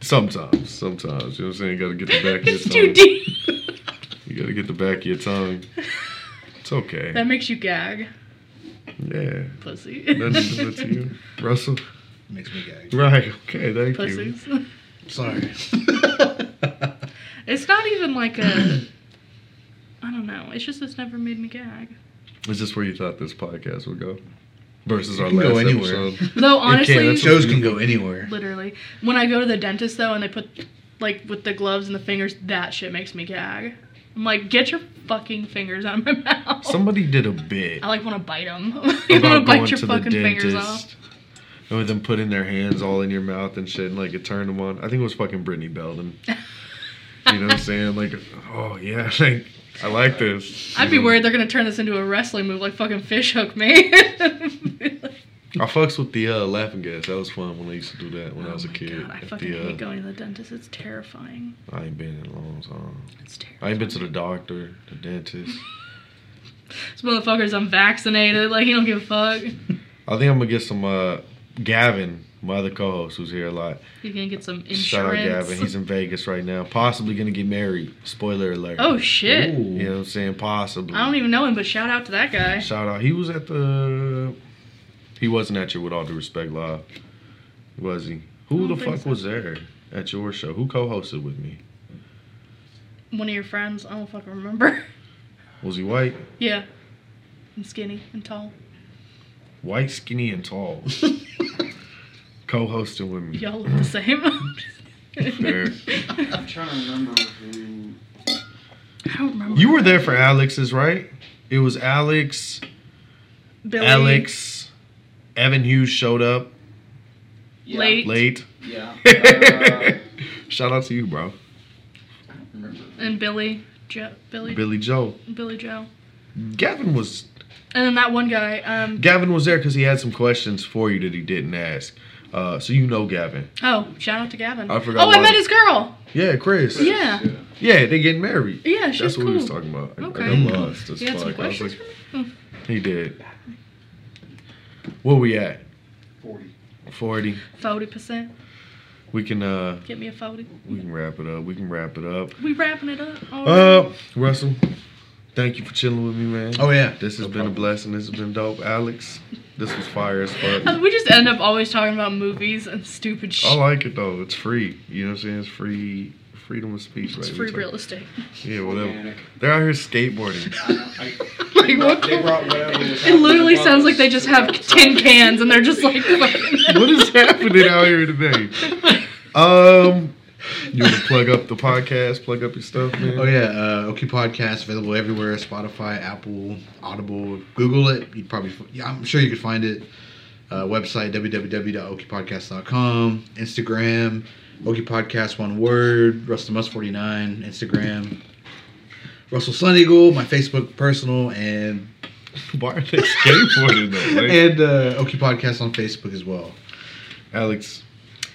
[SPEAKER 4] sometimes, sometimes, you know what I'm saying? You gotta get the back of your
[SPEAKER 5] It's
[SPEAKER 4] tongue.
[SPEAKER 5] too deep.
[SPEAKER 4] You gotta get the back of your tongue. It's okay.
[SPEAKER 5] That makes you gag,
[SPEAKER 4] yeah. That's,
[SPEAKER 5] (laughs) pussy.
[SPEAKER 4] that's you, Russell.
[SPEAKER 6] Makes me gag.
[SPEAKER 4] Right. Okay. Thank you.
[SPEAKER 5] Pussies.
[SPEAKER 6] Sorry.
[SPEAKER 5] It's not even like a. I don't know. It's just it's never made me gag.
[SPEAKER 4] Is this where you thought this podcast would go? Versus our
[SPEAKER 6] can
[SPEAKER 4] last
[SPEAKER 6] go anywhere.
[SPEAKER 4] episode.
[SPEAKER 6] (laughs)
[SPEAKER 5] Though honestly,
[SPEAKER 4] that's
[SPEAKER 6] Shows can go anywhere.
[SPEAKER 5] literally, when I go to the dentist though, and they put like with the gloves and the fingers, that shit makes me gag. I'm like, get your fucking fingers out of my (laughs) mouth.
[SPEAKER 4] Somebody did a bit
[SPEAKER 5] I like want to bite them. (laughs) you want to bite your fucking fingers off.
[SPEAKER 4] And with them putting their hands all in your mouth and shit, and like it turned them on. I think it was fucking Brittany
[SPEAKER 5] (laughs)
[SPEAKER 4] Belden. you know what I'm saying? Like, oh yeah, (laughs) like I like this.
[SPEAKER 5] I'd be worried they're gonna turn this into a wrestling move, like fucking fish hook me. (laughs)
[SPEAKER 4] I fucks with the uh, laughing gas. That was fun when I used to do that when I was a
[SPEAKER 5] Oh my
[SPEAKER 4] kid.
[SPEAKER 5] God, I
[SPEAKER 4] At
[SPEAKER 5] fucking
[SPEAKER 4] the, uh,
[SPEAKER 5] hate going to the dentist. It's terrifying.
[SPEAKER 4] I ain't been in a long time.
[SPEAKER 5] It's
[SPEAKER 4] I
[SPEAKER 5] terrifying.
[SPEAKER 4] ain't been to the doctor, the dentist.
[SPEAKER 5] This motherfucker's unvaccinated. Like he don't give a fuck.
[SPEAKER 4] I think I'm gonna get some uh, Gavin, my other co-host, who's here a lot.
[SPEAKER 5] He's gonna get some insurance.
[SPEAKER 4] Shout out Gavin. He's in Vegas right now. Possibly gonna get married. Spoiler alert.
[SPEAKER 5] oh shit!
[SPEAKER 6] Ooh.
[SPEAKER 4] You know what I'm saying? Possibly.
[SPEAKER 5] I don't even know him, but shout out to that guy.
[SPEAKER 4] Shout out. He was at the. He wasn't at your with all due respect live, was he? Who
[SPEAKER 5] I
[SPEAKER 4] the
[SPEAKER 5] don't think
[SPEAKER 4] fuck
[SPEAKER 5] so.
[SPEAKER 4] was there at your show? Who co-hosted with me?
[SPEAKER 5] One of your friends. I don't fucking remember. (laughs)
[SPEAKER 4] Was he white?
[SPEAKER 5] yeah, and skinny and tall.
[SPEAKER 4] White, skinny, and
[SPEAKER 5] (laughs)
[SPEAKER 4] tall. co-hosting with me.
[SPEAKER 5] Y'all look the same. (laughs)
[SPEAKER 4] Fair.
[SPEAKER 2] I'm trying to remember who.
[SPEAKER 5] I don't remember.
[SPEAKER 4] You were there for Alex's, right? It was Alex.
[SPEAKER 5] Billy,
[SPEAKER 4] Alex. Evan Hughes showed up
[SPEAKER 2] Yeah.
[SPEAKER 5] Late.
[SPEAKER 4] late. (laughs)
[SPEAKER 2] Yeah. Uh,
[SPEAKER 4] Shout out to you, bro.
[SPEAKER 2] remember.
[SPEAKER 5] and Billy, jo- Billy, Billy,
[SPEAKER 4] Billy Joe.
[SPEAKER 5] Joe,
[SPEAKER 4] Gavin was
[SPEAKER 5] and then that one guy. Um.
[SPEAKER 4] Gavin was there because he had some questions for you that he didn't ask. Uh, so you know Gavin.
[SPEAKER 5] Oh, shout out to Gavin.
[SPEAKER 4] I forgot
[SPEAKER 5] Oh, I
[SPEAKER 4] one.
[SPEAKER 5] met his girl.
[SPEAKER 4] Yeah, Chris.
[SPEAKER 5] Yeah.
[SPEAKER 4] Yeah, they getting married.
[SPEAKER 5] Yeah, she's
[SPEAKER 4] That's what
[SPEAKER 5] cool.
[SPEAKER 4] we was talking about. I-
[SPEAKER 5] Okay.
[SPEAKER 4] I got lost as
[SPEAKER 5] You had some
[SPEAKER 4] fuck. I was
[SPEAKER 5] questions
[SPEAKER 4] like,
[SPEAKER 5] for me?
[SPEAKER 4] he did. Where we at?
[SPEAKER 2] 40.
[SPEAKER 4] Forty.
[SPEAKER 5] Forty percent.
[SPEAKER 4] We can uh
[SPEAKER 5] Get me a forty.
[SPEAKER 4] we can wrap it up. We can wrap it up.
[SPEAKER 5] We wrapping it up. already.
[SPEAKER 4] Uh Russell, thank you for chilling with me, man.
[SPEAKER 6] Oh yeah.
[SPEAKER 4] This has
[SPEAKER 6] No
[SPEAKER 4] been a blessing. This has been dope, Alex. This was fire as
[SPEAKER 5] (laughs)
[SPEAKER 4] fuck.
[SPEAKER 5] Uh, we just end up always talking about movies and stupid shit.
[SPEAKER 4] Uh, Oh, I like it though. It's free. You know what I'm saying? It's free freedom of speech.
[SPEAKER 5] It's
[SPEAKER 4] right?
[SPEAKER 5] free
[SPEAKER 4] It's like-
[SPEAKER 5] real estate.
[SPEAKER 4] Yeah, whatever.
[SPEAKER 2] Organic.
[SPEAKER 4] They're out here skateboarding. (laughs)
[SPEAKER 2] I,
[SPEAKER 5] (laughs)
[SPEAKER 4] like what?
[SPEAKER 2] they
[SPEAKER 4] The,
[SPEAKER 2] brought whatever was
[SPEAKER 5] It literally sounds like they just have tin cans and they're just
[SPEAKER 4] (laughs)
[SPEAKER 5] like. fucking- (laughs)
[SPEAKER 4] what is happening out here today? Um, you want to plug up the podcast? Plug up your stuff, man.
[SPEAKER 6] Oh yeah, uh, OK Podcast available everywhere: Spotify, Apple, Audible. Google it. You'd probably, f- yeah, I'm sure you could find it. Uh, website www.okpodcast.com. Instagram OK Podcast one word. Russell Must 49 Instagram. Russell Sun Eagle, my Facebook personal, and
[SPEAKER 4] (laughs) Why are they skateboarding though? Like,
[SPEAKER 6] and uh, OK Podcast on Facebook as well. (laughs)
[SPEAKER 4] Alex,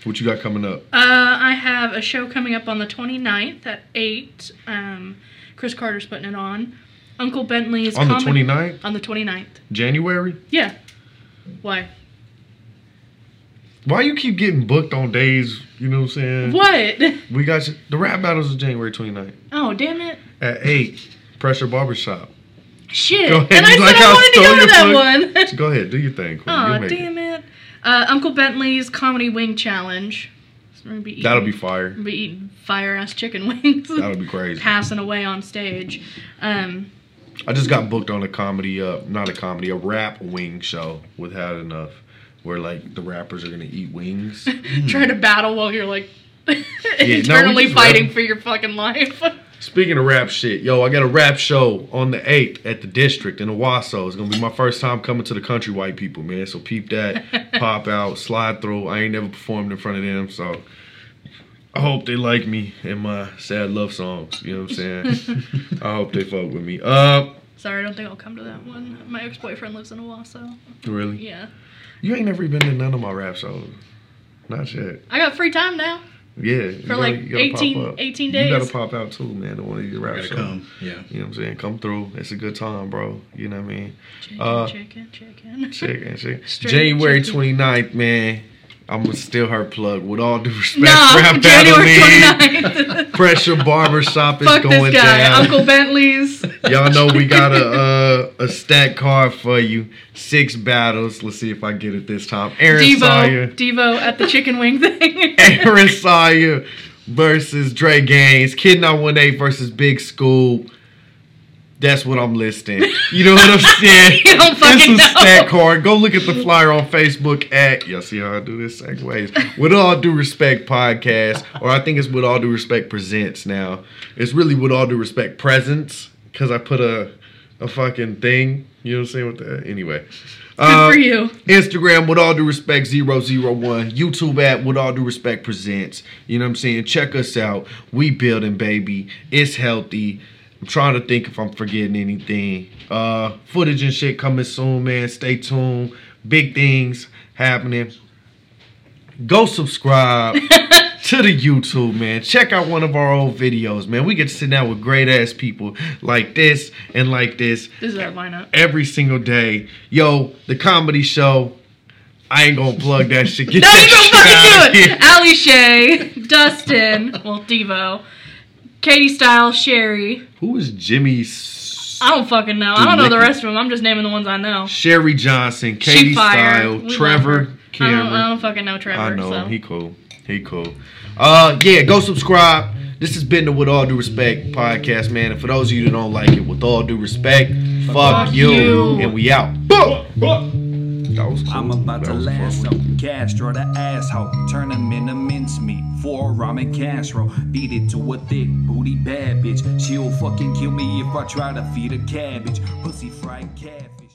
[SPEAKER 4] what you got coming up?
[SPEAKER 5] Uh, I have a show coming up on the 29th at 8. Um, Chris Carter's putting it on. Uncle Bentley's
[SPEAKER 4] On the
[SPEAKER 5] comi-
[SPEAKER 4] 29th?
[SPEAKER 5] On the 29th.
[SPEAKER 4] January?
[SPEAKER 5] Yeah. Why?
[SPEAKER 4] Why you keep getting booked on days? You know what I'm saying?
[SPEAKER 5] What? (laughs)
[SPEAKER 4] We got you. the rap battles of January 29th
[SPEAKER 5] Oh, damn it.
[SPEAKER 4] at eight. Pressure Barbershop.
[SPEAKER 5] Shit.
[SPEAKER 4] Go ahead,
[SPEAKER 5] And I
[SPEAKER 4] you
[SPEAKER 5] said
[SPEAKER 4] like
[SPEAKER 5] I
[SPEAKER 4] how I
[SPEAKER 5] wanted to
[SPEAKER 4] stole
[SPEAKER 5] go to
[SPEAKER 4] your
[SPEAKER 5] that
[SPEAKER 4] plug?
[SPEAKER 5] one.
[SPEAKER 4] So go ahead, do your thing. Queen.
[SPEAKER 5] (laughs) Aw,
[SPEAKER 4] You'll make it.
[SPEAKER 5] damn it. Uh, Uncle Bentley's Comedy Wing Challenge. So we're gonna be eating,
[SPEAKER 4] That'll be fire.
[SPEAKER 5] we'll be eating fire ass chicken wings.
[SPEAKER 4] That'll be crazy.
[SPEAKER 5] (laughs) Passing away on stage. Um,
[SPEAKER 4] I just got booked on a comedy, uh, not a comedy, a rap wing show with Had Enough, where like the rappers are gonna eat wings.
[SPEAKER 5] trying to battle while you're like (laughs)
[SPEAKER 4] we
[SPEAKER 5] internally
[SPEAKER 4] just
[SPEAKER 5] fighting
[SPEAKER 4] rap.
[SPEAKER 5] for your fucking life. (laughs)
[SPEAKER 4] Speaking of rap shit, yo, I got a rap show on the 8th at the district in Owasso. It's gonna be my first time coming to the country white people, man. So peep
[SPEAKER 5] (laughs)
[SPEAKER 4] that, pop out, slide through. I ain't never performed in front of them, so I hope they like me and my sad love songs. You know what I'm
[SPEAKER 5] (laughs)
[SPEAKER 4] saying? I hope they fuck with me. Uh,
[SPEAKER 5] Sorry, I don't think I'll come to that one. My ex boyfriend lives in Owasso.
[SPEAKER 4] really?
[SPEAKER 5] Yeah.
[SPEAKER 4] You ain't never been to none of my rap shows. Not yet.
[SPEAKER 5] I got free time now.
[SPEAKER 4] Yeah. you gotta-
[SPEAKER 5] like
[SPEAKER 4] you gotta pop
[SPEAKER 5] 18
[SPEAKER 4] up.
[SPEAKER 5] 18
[SPEAKER 4] You gotta
[SPEAKER 5] days.
[SPEAKER 4] pop out too, man, to one of these rap
[SPEAKER 6] Gotta
[SPEAKER 4] shows.
[SPEAKER 6] come. Yeah.
[SPEAKER 4] You know what I'm saying? Come through. It's a good time, bro. You know what I mean?
[SPEAKER 5] Chicken,
[SPEAKER 4] Uh,
[SPEAKER 5] chicken,
[SPEAKER 4] (laughs)
[SPEAKER 5] chicken.
[SPEAKER 4] Chicken, chicken.
[SPEAKER 5] Straight
[SPEAKER 4] January
[SPEAKER 5] chicken.
[SPEAKER 4] 29th, man. I'm gonna steal her plug with all due respect.
[SPEAKER 5] (laughs)
[SPEAKER 4] (laughs)
[SPEAKER 5] Nah,
[SPEAKER 4] Rap
[SPEAKER 5] January
[SPEAKER 4] Battle League. (laughs)
[SPEAKER 5] 29th.
[SPEAKER 4] Pressure Barbershop is
[SPEAKER 5] Fuck
[SPEAKER 4] going
[SPEAKER 5] this guy,
[SPEAKER 4] down. (laughs)
[SPEAKER 5] Uncle Bentley's.
[SPEAKER 4] Y'all know we got a uh, a stack card for you. Six battles. Let's see if I get it this time. Aaron Sawyer.
[SPEAKER 5] Devo, Devo at the chicken wing thing. (laughs)
[SPEAKER 4] Aaron Sawyer versus Dre Gaines. Kid 918 versus Big School. That's what I'm listing. You know
[SPEAKER 5] (laughs)
[SPEAKER 4] what I'm saying?
[SPEAKER 5] You don't fucking
[SPEAKER 4] this is
[SPEAKER 5] know.
[SPEAKER 4] Stat Card. Go look at the flyer on Facebook at, y'all see how I do this segues? With All Due Respect podcast, or I think it's With All Due Respect presents now. It's really With All Due Respect presents, because I put a a fucking thing. You know what I'm saying? With that? Anyway. uh,
[SPEAKER 5] Good for you.
[SPEAKER 4] Instagram, with all due respect, 001. YouTube at, with all due respect, presents. You know what I'm saying? Check us out. We building, baby. It's healthy. I'm trying to think if I'm forgetting anything. Uh, footage and shit coming soon, man. Stay tuned. Big things happening. Go subscribe to the YouTube, man. Check out one of our old videos, man. We get to sit down with great ass people like this and like this
[SPEAKER 5] This is our lineup.
[SPEAKER 4] every single day. Yo, the comedy show. I ain't gonna plug that shit. Get
[SPEAKER 5] (laughs) No, you don't
[SPEAKER 4] that
[SPEAKER 5] fucking do
[SPEAKER 4] shit
[SPEAKER 5] it. Ali Shay,
[SPEAKER 4] (laughs)
[SPEAKER 5] Dustin, well, Devo, Katie Styles, Sherry.
[SPEAKER 4] Who is Jimmy? S-
[SPEAKER 5] I don't fucking know. I don't know the
[SPEAKER 4] Nikki.
[SPEAKER 5] rest of them. I'm just naming the ones I know.
[SPEAKER 4] Sherry Johnson, Katie
[SPEAKER 5] fire.
[SPEAKER 4] Style,
[SPEAKER 5] We love
[SPEAKER 4] Trevor
[SPEAKER 5] her. I don't, I
[SPEAKER 4] Cameron.
[SPEAKER 5] don't fucking know Trevor.
[SPEAKER 4] I know
[SPEAKER 5] so.
[SPEAKER 4] him. He cool. He cool. Uh, yeah. Go subscribe. This has been the With All Due Respect podcast, man. And for those of you that don't like it, with all due respect, fuck, you.
[SPEAKER 5] you.
[SPEAKER 4] and we out. Boom. That was cool.
[SPEAKER 3] I'm about
[SPEAKER 4] That
[SPEAKER 3] to
[SPEAKER 4] was
[SPEAKER 3] lasso
[SPEAKER 4] perfect.
[SPEAKER 3] Castro the asshole. Turn him into mincemeat for a ramen casserole. Beat it to a thick booty bad bitch. She'll fucking kill me if I try to feed her cabbage. Pussy fried catfish.